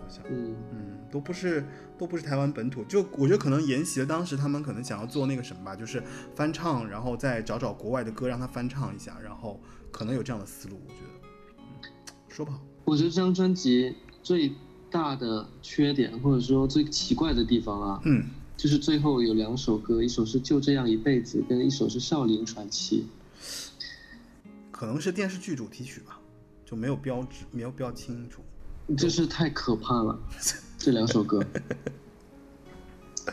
好像，嗯，嗯，都不是都不是台湾本土。就我觉得可能沿袭了当时他们可能想要做那个什么吧，就是翻唱，然后再找找国外的歌让他翻唱一下，然后可能有这样的思路。我觉得，嗯，说不好，我觉得这张专辑最大的缺点，或者说最奇怪的地方啊，嗯，就是最后有两首歌，一首是《就这样一辈子》，跟一首是《少林传奇》。可能是电视剧主题曲吧，就没有标志，没有标清楚。就是太可怕了，这两首歌，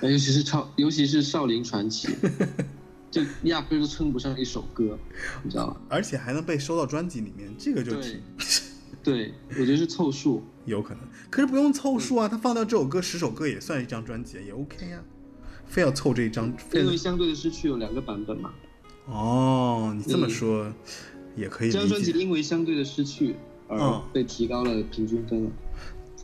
呃尤其是超，尤其是《少林传奇》，就压根儿都称不上一首歌，你知道吧？而且还能被收到专辑里面，这个就对挺对，我觉得是凑数。有可能。可是不用凑数啊，他放掉这首歌十首歌也算一张专辑，也 OK 啊。非要凑这一张，非因为要相对的失去有两个版本嘛，哦，你这么说、也可以嗯这张专理辑解。因为相对的失去而被提高了平均分了，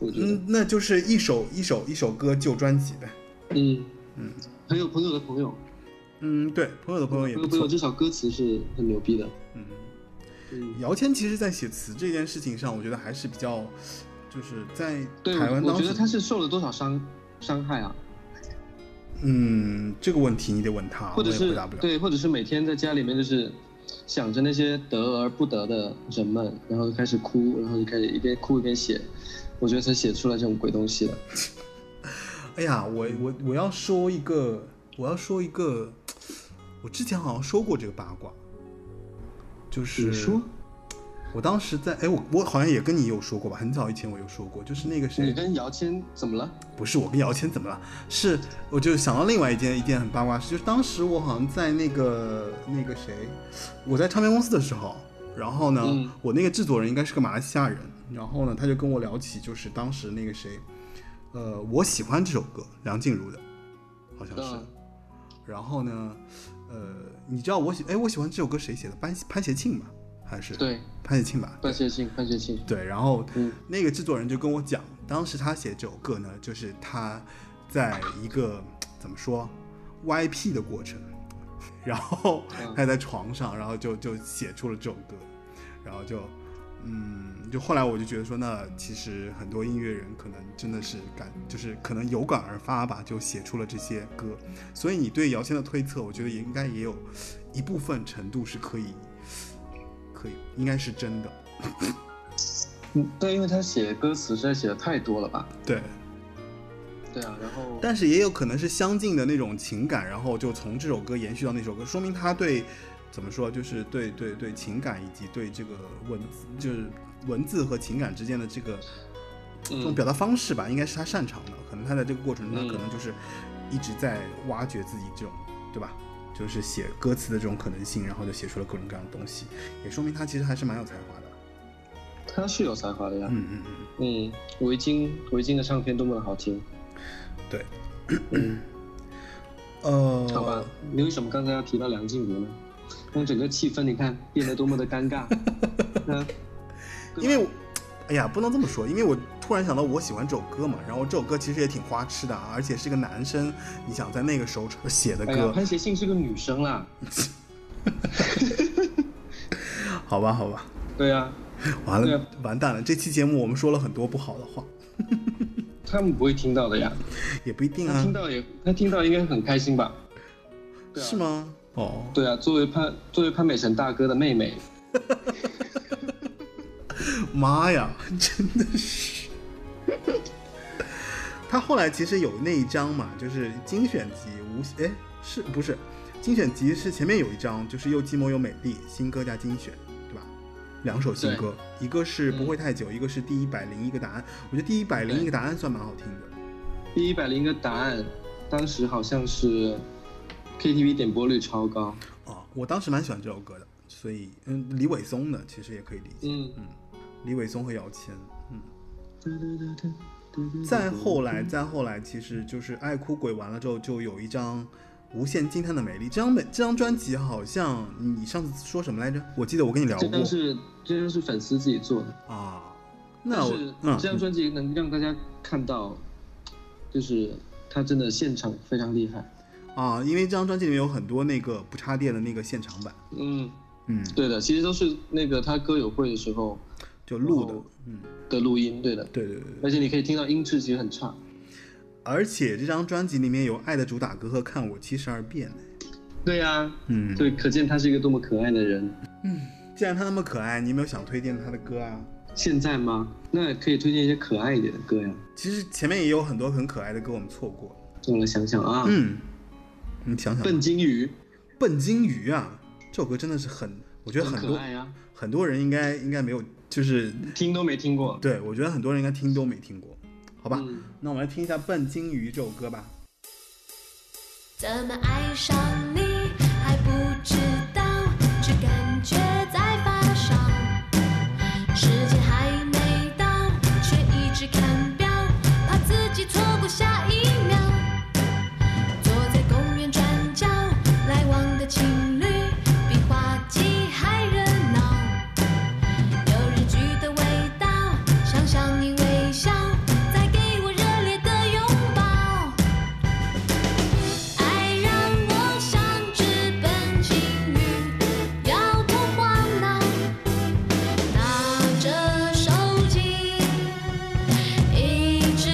我觉得嗯，，那就是一首一首一首歌就专辑呗。嗯嗯很有朋友的朋友，嗯，对，朋友的朋友也不朋友错。至少歌词是很牛逼的，嗯，嗯，姚谦其实在写词这件事情上，我觉得还是比较，就是在对，台湾我我当觉时得，他是受了多少伤伤害啊，嗯，这个问题你得问他，或者啊我也是回答不了。对，或者是每天在家里面就是想着那些得而不得的人们，然后就开始哭，然后就开始一边哭一边写，我觉得才写出来这种鬼东西的。哎呀，我我我要说一个，我要说一个，我之前好像说过这个八卦，就是你说，我当时在哎，我我好像也跟你有说过吧，很早以前我有说过，就是那个谁，你跟姚谦怎么了？不是我跟姚谦怎么了？是我就想到另外一件一件很八卦事，就是当时我好像在那个那个谁，我在唱片公司的时候，然后呢，嗯我那个制作人应该是个马来西亚人，然后呢，他就跟我聊起就是当时那个谁，呃，我喜欢这首歌，梁静茹的，好像是，嗯然后呢，呃，你知道我喜哎，我喜欢这首歌谁写的？潘潘协庆吧，还是对，潘协庆吧？范谢庆，范谢庆，对，然后嗯那个制作人就跟我讲，当时他写这首歌呢，就是他在一个怎么说 YP 的过程，然后嗯他在床上，然后就就写出了这首歌，然后就嗯，就后来我就觉得说，那其实很多音乐人可能真的是感，就是可能有感而发吧，就写出了这些歌，所以你对姚谦的推测，我觉得也应该也有一部分程度是可以，可以应该是真的，嗯，但因为他写歌词实在写的太多了吧？对。对啊，然后但是也有可能是相近的那种情感，然后就从这首歌延续到那首歌，说明他对怎么说，就是对对对情感以及对这个文字，就是文字和情感之间的这个这种嗯表达方式吧，应该是他擅长的。可能他在这个过程中，嗯他可能就是一直在挖掘自己这种，对吧？就是写歌词的这种可能性，然后就写出了各种各样的东西，也说明他其实还是蛮有才华的。他是有才华的呀。嗯嗯嗯。嗯，维京维京的唱片多么的好听，嗯对，呃，好吧？你为什么刚才要提到梁静茹呢？让整个气氛你看变得多么的尴 尬。嗯，对吧因为我，哎呀，不能这么说，因为我突然想到我喜欢这首歌嘛，然后这首歌其实也挺花痴的啊，而且是个男生，你想在那个时候写的哎呀歌，潘协信是个女生啦。好吧，好吧，对啊，完了，对啊完蛋了，这期节目我们说了很多不好的话，他们不会听到的呀。也不一定他啊听，到也，他听到应该很开心吧？对啊是吗？哦，对啊，作为潘作为潘美辰大哥的妹妹，妈呀， 真的是。他后来其实有那一张嘛，就是精选集无哎是不是精选集是前面有一张，就是又寂寞又美丽新歌加精选，对吧？两首新歌，一个是不会太久，一个是第一百零一个答案。我觉得第一百零一个答案算蛮好听的。第一百零个答案，当时好像是 KTV 点播率超高。哦，我当时蛮喜欢这首歌的，所以嗯，李伟松的其实也可以理解，嗯，李伟松和姚谦，嗯。嗯再后来，再后来，其实就是《爱哭鬼》完了之后，就有一张《无限惊叹的美丽》。这张美这张专辑好像你上次说什么来着？我记得我跟你聊这过张是这张是粉丝自己做的，啊。但那我是嗯这张嗯专辑能让大家看到，就是他真的现场非常厉害。啊，因为这张专辑里面有很多那个不插电的那个现场版，嗯，嗯，对的，其实都是那个他歌友会的时候就录的哦，嗯，的录音，对的。对对对。对而且你可以听到音质其实很差。而且这张专辑里面有《爱的主打歌》和《看我七十二变》，对呀、嗯，对，可见他是一个多么可爱的人。既然他那么可爱，你有没有想推荐他的歌啊？现在吗？那可以推荐一些可爱一点的歌呀。其实前面也有很多很可爱的歌我们错过，让我来想想啊，嗯，你想想吧，笨金鱼笨金鱼啊，这首歌真的是很，我觉得很很可多爱呀、很多人应该应该没有，就是听都没听过。对我觉得很多人应该听都没听过，好吧？嗯那我们来听一下《笨金鱼》这首歌吧。怎么爱上你还不知道，只感觉在发烧。时间还没到，却一直看表，怕自己错过下一秒。坐在公园转角，来往的情侣比花季还热闹。有日剧的味道，想向你微笑，再给我热烈的拥抱。爱让我像只笨金鱼，摇头晃脑，拿着手机一直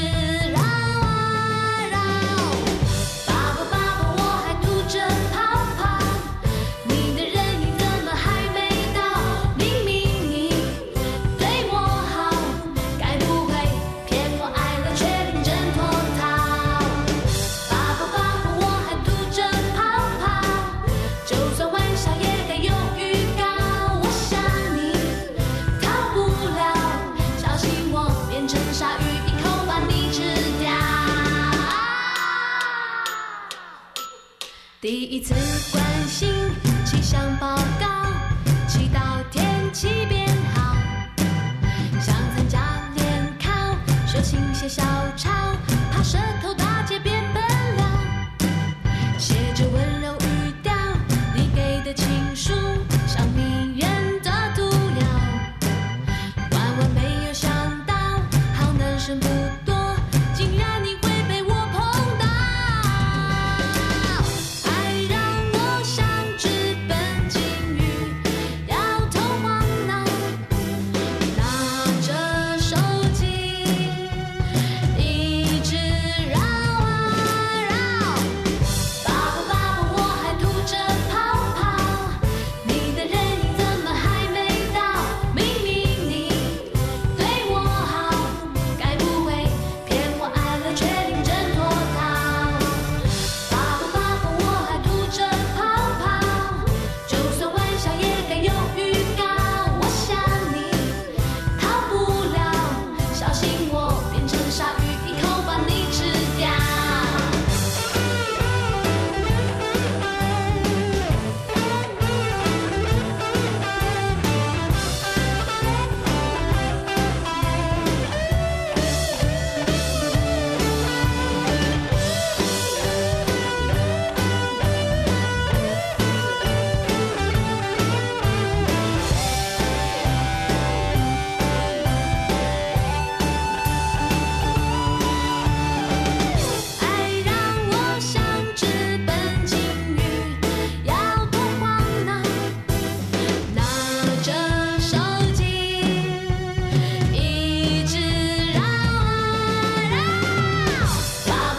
绕啊绕。爸爸爸爸，我还吐着泡泡，你的人影怎么还没到？明明你对我好，该不会骗我爱了却变成脱逃？爸爸爸爸，我还吐着泡泡，就算玩笑也该有预告。我想你逃不了，小心我变成鲨鱼，一口把你吃掉。第一次关心气象报告，祈祷天气变好。想参加联考，学琴写小抄，怕舌头打结变笨了。写着温柔语调，啊啊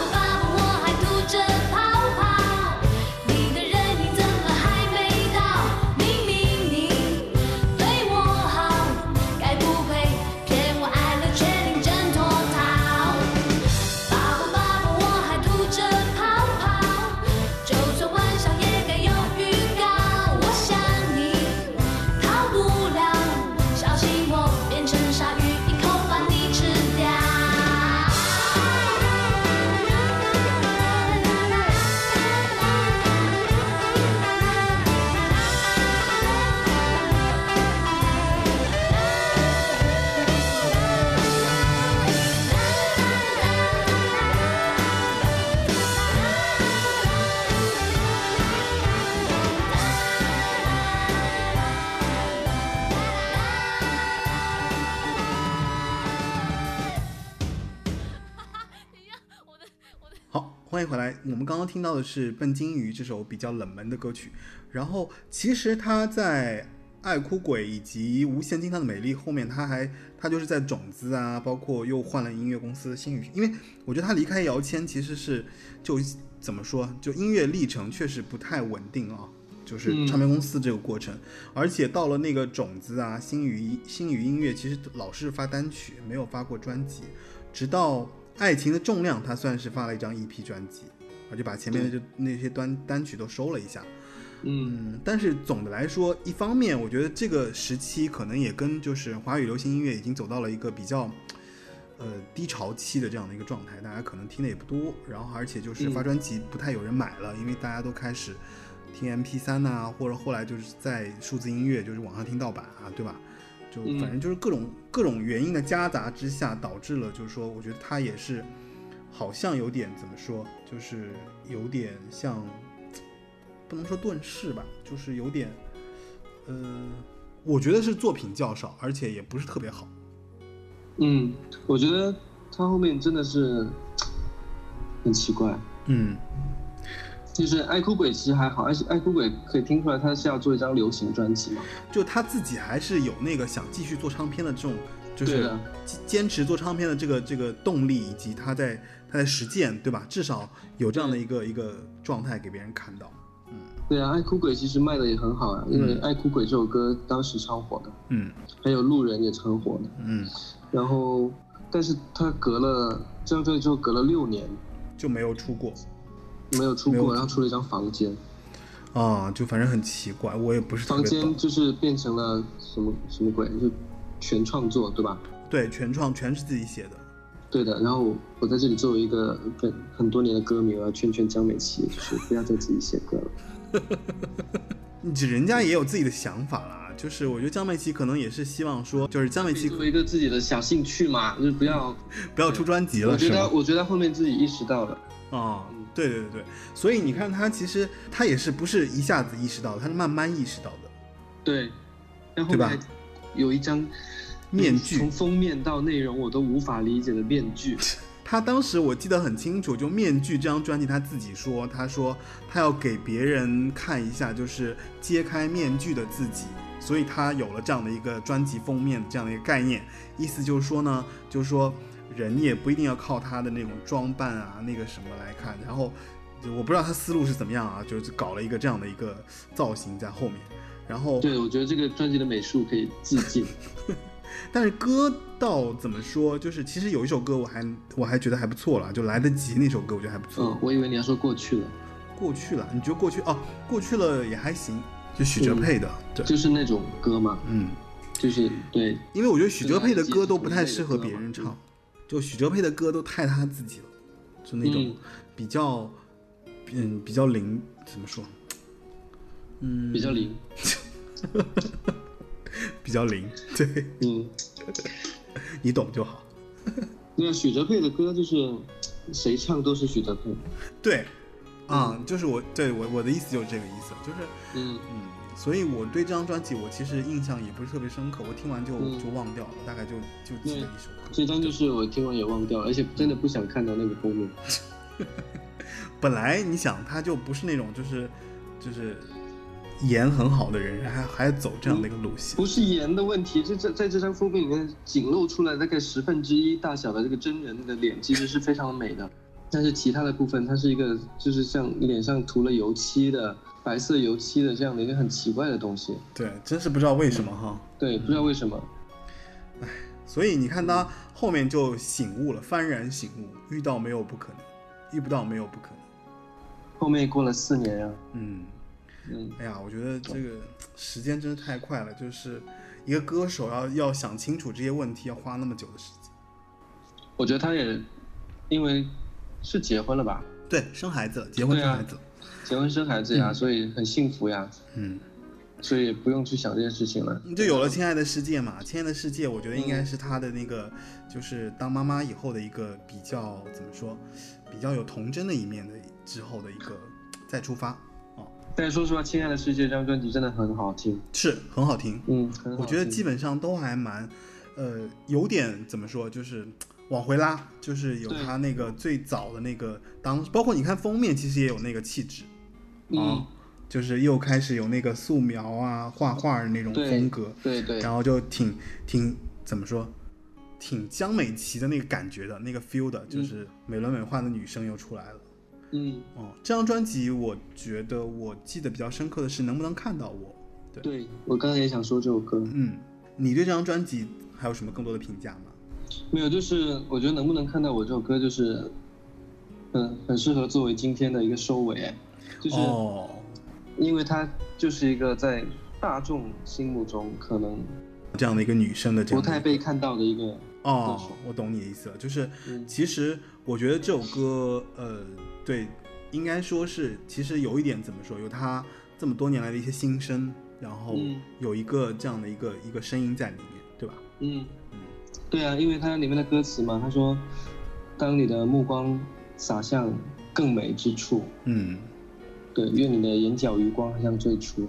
欢迎回来。我们刚刚听到的是《笨金鱼》这首比较冷门的歌曲，然后其实他在《爱哭鬼》以及《无限金汤的美丽》后面，他还他就是在种子啊，包括又换了音乐公司新宇，因为我觉得他离开姚谦其实是就怎么说，就音乐历程确实不太稳定啊。就是嗯唱片公司这个过程，而且到了那个种子啊，新宇新宇音乐其实老是发单曲，没有发过专辑，直到《爱情的重量》，他算是发了一张 EP 专辑，我就把前面的就那些单单曲都收了一下。嗯嗯，但是总的来说，一方面我觉得这个时期可能也跟就是华语流行音乐已经走到了一个比较。呃，低潮期的这样的一个状态，大家可能听的也不多，然后而且就是嗯发专辑不太有人买了，因为大家都开始听 MP 三呐、或者后来就是在数字音乐，就是网上听盗版啊，对吧？就嗯反正就是各种、各种原因的夹杂之下，导致了就是说，我觉得他也是好像有点怎么说，就是有点像，不能说遁世吧，就是有点，呃，我觉得是作品较少，而且也不是特别好。嗯，我觉得他后面真的是很奇怪。嗯，就是爱哭鬼其实还好，而且爱哭鬼可以听出来他是要做一张流行专辑嘛。就他自己还是有那个想继续做唱片的这种，就对是的坚坚持做唱片的这个这个动力，以及他在他在实践，对吧？至少有这样的一个一个状态给别人看到。对啊，爱哭鬼其实卖的也很好啊，因为爱哭鬼这首歌当时超火的，嗯还有路人也超火的。嗯，然后，但是他隔了这张专辑之后隔了六年就没有出过没有出没有出过，然后出了一张房间，啊，就反正很奇怪，我也不是特房别懂间。就是变成了什么什么鬼，就全创作对吧？对，全创全是自己写的。对的，然后我我在这里作为一个很很多年的歌迷，我要劝劝江美琪，就是不要再自己写歌 了。你人家也有自己的想法啦，就是我觉得江美琪可能也是希望说，就是江美琪作为一个自己的小兴趣嘛，就是不要。不要出专辑我了，觉是得，吗？我觉得后面自己意识到了，啊、对对对对，所以你看他其实他也是不是一下子意识到的，他是慢慢意识到的。对，但后对吧面还有一张面具从封面到内容我都无法理解的面 具。他当时我记得很清楚，就《面具》这张专辑，他自己说，他说他要给别人看一下，就是揭开面具的自己，所以他有了这样的一个专辑封面这样的一个概念。意思就是说呢，就是说人也不一定要靠他的那种装扮啊，那个什么来看。然后我不知道他思路是怎么样啊，就是搞了一个这样的一个造型在后面。然后对，我觉得这个专辑的美术可以致 敬。但是歌到怎么说，就是其实有一首歌我还我还觉得还不错了，就来得及那首歌我觉得还不错。嗯，我以为你要说过去了，过去了，你觉得过去哦，过去了也还行，就许哲佩的，对，就是那种歌嘛，嗯，就是对，因为我觉得许哲佩的歌都不太适合对别人唱，就许哲佩的歌都太他自己了，就那种嗯比较，嗯，比较灵，怎么说，嗯，比较灵。比较灵， 对嗯，你懂就好。对啊，许哲佩的歌就是谁唱都是许哲佩。对，啊，就是我对我我的意思就是这个意思，就是嗯，嗯，所以我对这张专辑我其实印象也不是特别深刻，我听完就、嗯就忘掉了，大概就就记得一首歌。这张就是我听完也忘掉了，而且真的不想看到那个封面。本来你想他就不是那种就是就是演很好的人，还还走这样的一个路线。不是颜的问题，这这在这张封面里面仅露出来大概十分之一大小的这个真人的脸，其实是非常美的。但是其他的部分，它是一个就是像脸上涂了油漆的白色油漆的这样的一个很奇怪的东西。对，真是不知道为什么哈。对，不知道为什么。所以你看他后面就醒悟了，幡然醒悟，遇到没有不可能，遇不到没有不可能。后面过了四年啊，嗯，嗯，哎呀，我觉得这个时间真是太快了，就是一个歌手要要想清楚这些问题，要花那么久的时间。我觉得他也因为是结婚了吧，对，生孩子了，结婚对生啊孩子了。结婚生孩子呀，所以很幸福呀，嗯，所以不用去想这件事情了。你就有了《亲爱的世界》嘛，《亲爱的世界》我觉得应嗯该是她的那个，就是当妈妈以后的一个比较怎么说，比较有童真的一面的之后的一个再出发，但是说实话，《亲爱的世界》这张专辑真的很好听，是很好听。嗯，很好听我觉得基本上都还蛮，呃，有点怎么说，就是往回拉，就是有对他那个最早的那个当，包括你看封面其实也有那个气质，嗯，就是又开始有那个素描啊、画画儿那种对风格，对对然后就挺挺怎么说，挺江美琪的那个感觉的那个 feel 的，就是美轮美奂的女生又出来了。嗯，哦，这张专辑我觉得我记得比较深刻的是能不能看到我。对我刚才也想说这首歌，嗯，你对这张专辑还有什么更多的评价吗？没有，就是我觉得能不能看到我这首歌，就是很很适合作为今天的一个收尾，就是哦，因为它就是一个在大众心目中可能这样的一个女生的这不样的太一被个看到的一个，歌哦手，我懂你的意思了，就是嗯其实我觉得这首歌，呃，对，应该说是其实有一点怎么说，有他这么多年来的一些心声，然后嗯有一个这样的一个一个声音在里面，对吧？嗯，对啊，因为它里面的歌词嘛，他说，当你的目光洒向更美之处，嗯，对，愿你的眼角余光像最初。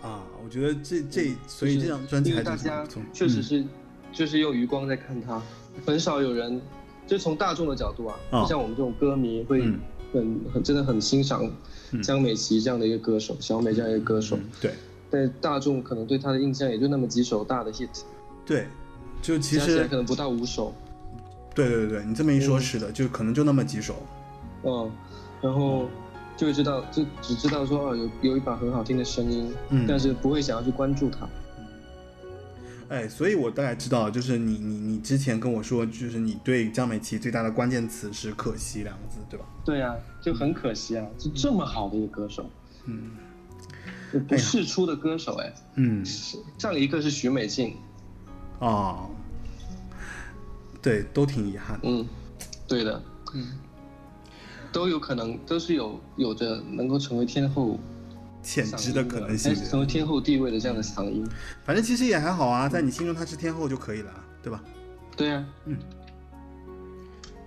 啊，我觉得这这，所以嗯就是这张专辑因还挺为大家不错，嗯确实是，就是用余光在看它，很少有人，就从大众的角度啊，哦像我们这种歌迷会嗯很很真的很欣赏嗯江美琪这样的一个歌手，小美这样一个歌手嗯，对但大众可能对她的印象也就那么几首大的 hit，对，就其加起来实可能不到五首，对对对对，你这么一说，嗯是的，就可能就那么几首，嗯，然后就会知道，就只知道说哦有有一把很好听的声音，嗯但是不会想要去关注它，哎，所以我大概知道，就是你你你之前跟我说，就是你对江美琪最大的关键词是可惜两个字，对吧？对啊，就很可惜啊，就这么好的一个歌手，嗯哎就不世出的歌手哎。嗯上一个是许美静，哦，对，都挺遗憾的。嗯，对的，嗯，都有可能都是有有着能够成为天后潜嗓质音的可能性哎。成为天后地位的这样的嗓音。反正其实也还好啊，在你心中她是天后就可以了啊，对吧？对啊，嗯。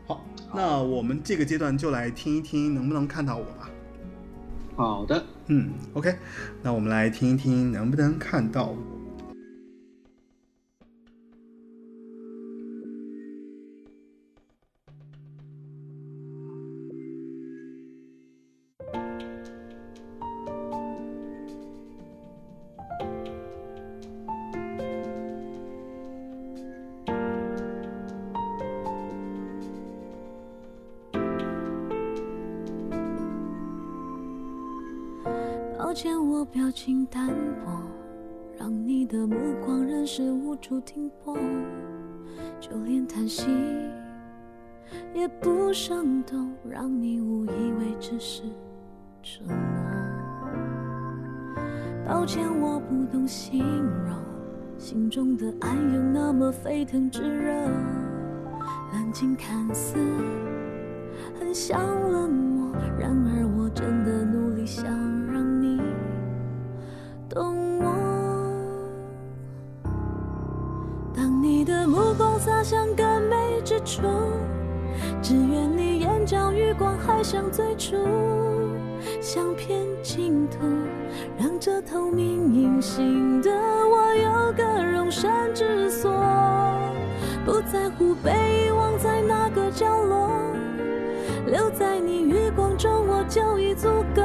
好，那我们这个阶段就来听一听，能不能看到我吧？好的，嗯，OK，那我们来听一听，能不能看到我？抱歉，我表情淡薄，让你的目光仍是无处停泊，就连叹息也不生动，让你误以为只是沉默。抱歉，我不懂形容，心中的爱有那么沸腾炙热，冷静看似很像冷漠，然而我真的努力想让你懂我。当你的目光洒向更美之处，只愿你眼角余光还像最初，相片净土，让这透明隐形的我有个容身之所，不在乎被遗忘在哪个角落，留在你余光中我就已足够，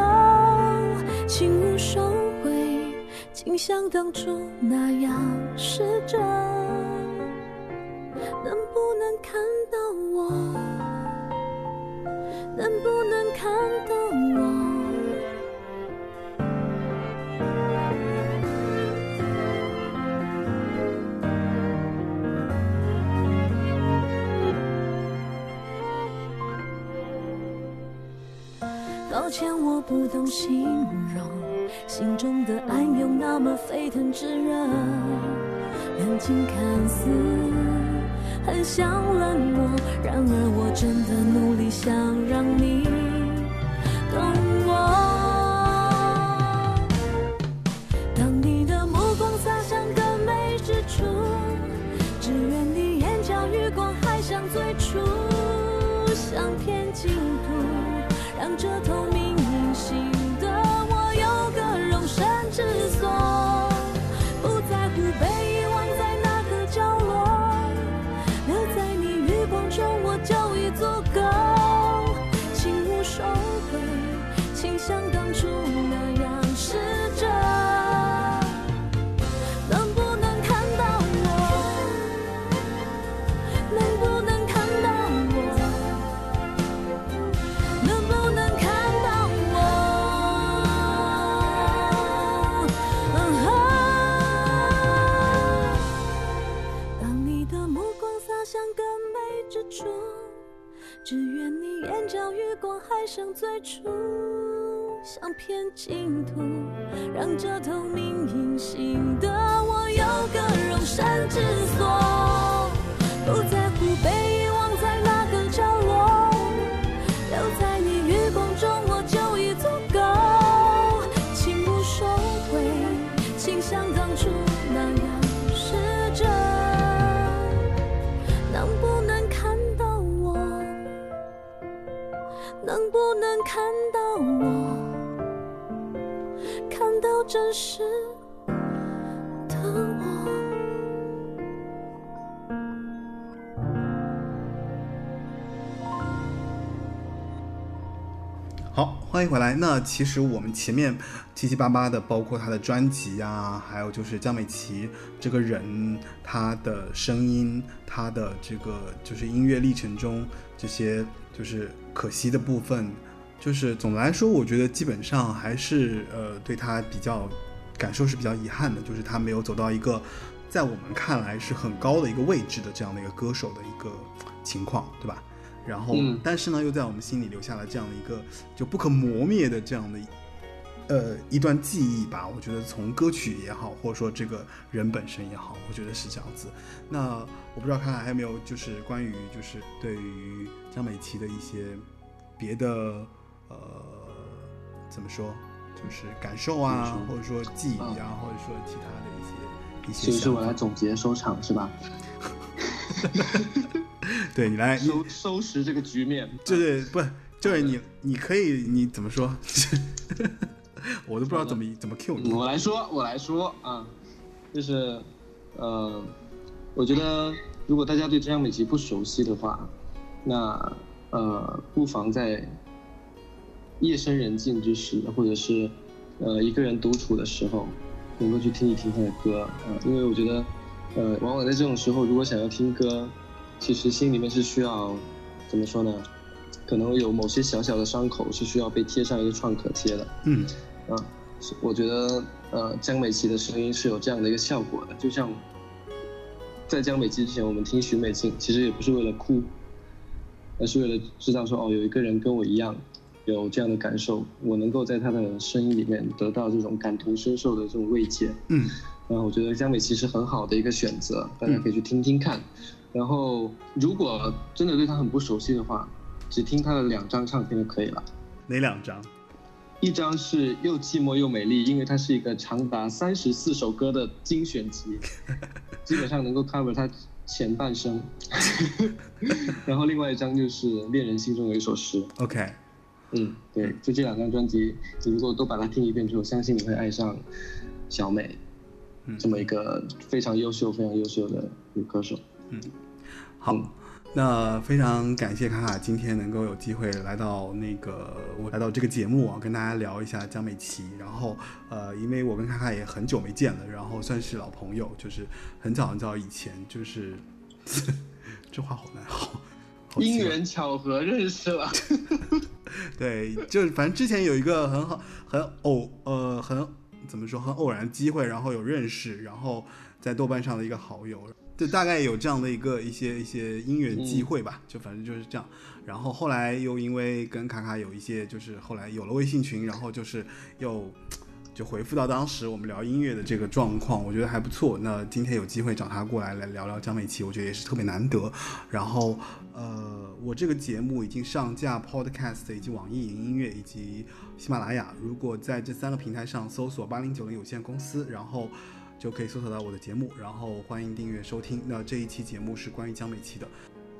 请勿收回，请像当初那样试着，能不能看到我？能不能看到我？抱歉，我不懂形容，心中的爱有那么沸腾炙热，冷静看似很像冷漠，然而我真的努力想让你懂我。当你的目光洒向更美之处，只愿你眼角余光还像最初，相片净土，让这透明隐形的我有个容身之所，不在乎被遗忘在哪个角落，留在你余 Uh-huh 还像最初，相片净土，让这透明隐形的我有个容身之所，不在乎被遗忘在哪个角落，留在你余光中我就已足够，请勿收回，请像当初那样试着，能不能看到我？能不能看到我？看到真实的我？好，欢迎回来。那其实我们前面七七八八的，包括他的专辑呀、还有就是江美琪这个人，他的声音，他的这个就是音乐历程中这些就是可惜的部分，就是总的来说，我觉得基本上还是呃对他比较感受是比较遗憾的，就是他没有走到一个在我们看来是很高的一个位置的这样的一个歌手的一个情况，对吧？然后，嗯但是呢，又在我们心里留下了这样的一个就不可磨灭的这样的一，呃，一段记忆吧。我觉得从歌曲也好，或者说这个人本身也好，我觉得是这样子。那我不知道看看还有没有就是关于就是对于江美琪的一些别的呃怎么说，就是感受啊感，受或者说记忆嗯啊，或者说其他的一些一些所以想法。是我来总结收场是吧？对你哎来，你收收拾这个局面。就是不就是你，你可以你怎么说？ 我都不知道怎么怎么 Q 你嗯。我来说，我来说啊，就是，呃，我觉得如果大家对这张美琪不熟悉的话，那呃，不妨在夜深人静之时，或者是呃一个人独处的时候，能够去听一听她的歌，呃，因为我觉得，呃，往往在这种时候，如果想要听歌，其实心里面是需要怎么说呢？可能有某些小小的伤口是需要被贴上一个创可贴的，嗯啊，是我觉得呃，江美琪的声音是有这样的一个效果的，就像在江美琪之前，我们听许美静，其实也不是为了哭，而是为了知道说哦，有一个人跟我一样有这样的感受，我能够在她的声音里面得到这种感同身受的这种慰藉。嗯然后我觉得江美琪是很好的一个选择，大家可以去听听看。然后如果真的对她很不熟悉的话，只听她的两张唱片就可以了。哪两张？一张是又寂寞又美丽，因为它是一个长达三十四首歌的精选 集，基本上能够 cover 它前半生。 然后另外一张就是《恋人心中有一首诗》， OK，嗯，对，就这两张专辑，你如果都把它听一遍之后，相信你会爱上小美嗯，这么一个非常优秀、非常优秀的女歌手。好嗯。那非常感谢卡卡今天能够有机会来到那个我来到这个节目啊，跟大家聊一下江美琪。然后呃，因为我跟卡卡也很久没见了，然后算是老朋友，就是很早很早以前，就是 这话好难好。好奇啊因怪缘巧合认识了， 对，就是反正之前有一个很好、很偶呃很怎么说很偶然的机会，然后有认识，然后在豆瓣上的一个好友，就大概有这样的一个一些一些因缘际会吧，就反正就是这样。然后后来又因为跟卡卡有一些，就是后来有了微信群，然后就是又。就回复到当时我们聊音乐的这个状况，我觉得还不错。那今天有机会找他过来来聊聊江美琪，我觉得也是特别难得。然后呃，我这个节目已经上架 Podcast 以及网易云音乐以及喜马拉雅，如果在这三个平台上搜索“八零九零有限公司”，然后。就可以搜索到我的节目，然后欢迎订阅收听。那这一期节目是关于江美琪的，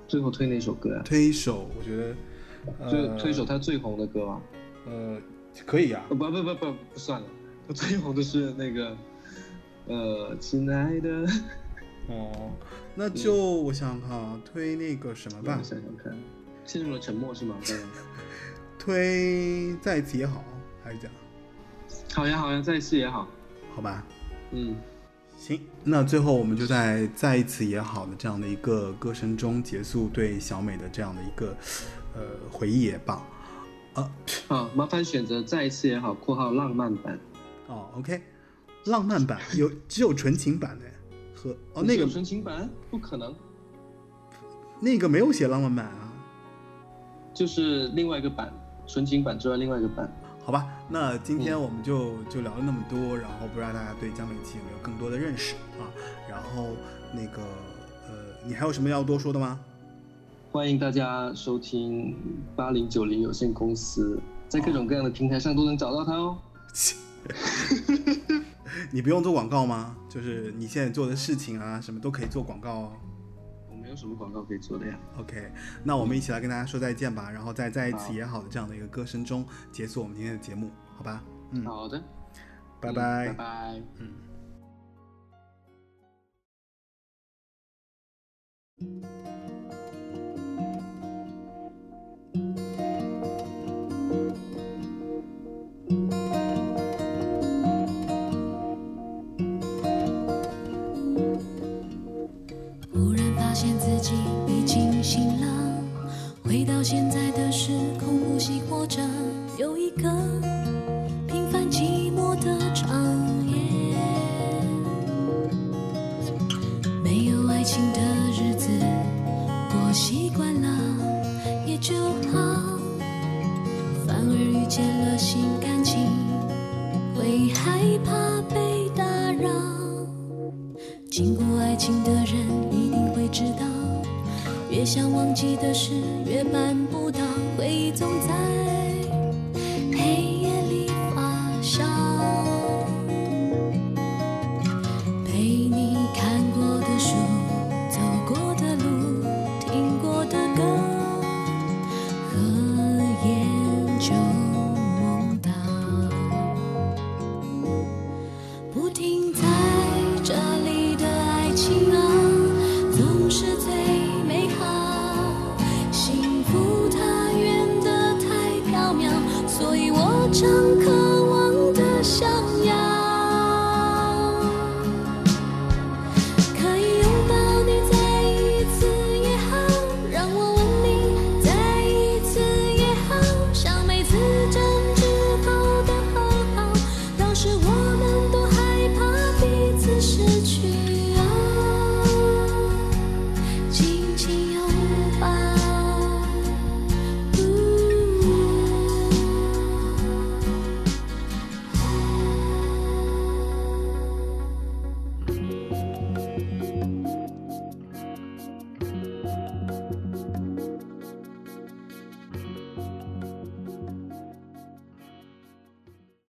最后推哪首歌呀、推一首，我觉得，啊？呃，最推一首她最红的歌啊吧。呃，可以啊呃，不不不不不算了， 我最红的是那个，呃，亲爱的，哦，那就我想想看啊，推那个什么吧 我，想想看，陷入了沉默是吗？刚刚推在一起也好，还是这样，好呀好呀，再一次也好，好吧？嗯，行，那最后我们就在再一次也好的这样的一个歌声中结束对小美的这样的一个呃回忆也罢。好，麻烦选择再一次也好（括号浪漫版哦，OK，浪漫版有只有纯情版的和）。哦那有个纯情版不可能，那个没有写浪漫版啊。就是另外一个版，纯情版之外另外一个版。好吧，那今天我们就、就聊了那么多，然后不知道大家对江美琪有没有更多的认识啊？然后那个呃，你还有什么要多说的吗？欢迎大家收听八零九零有限公司，在各种各样的平台上都能找到它哦。你不用做广告吗？就是你现在做的事情啊，什么都可以做广告哦。我没有什么广告可以做的呀。 OK，那我们一起来跟大家说再见吧，然后再在一起也好的这样的一个歌声中结束我们今天的节目，好吧？嗯，好的，拜嗯拜。拜拜。忽然发现自己已经醒了，回到现在的时空，呼吸活着。有一个平凡寂寞的长夜，没有爱情的日子，我习惯了，也就好。反而遇见了新感情，会害怕被打扰。经过爱情的人一定会知道，越想忘记的事越办不到，回忆总在黑夜里发烧。陪你看过的书，走过的路，听过的歌，合眼就梦到。不停在这里的爱情啊，总是最美好。幸福它远得太缥缈，所以我常渴望的想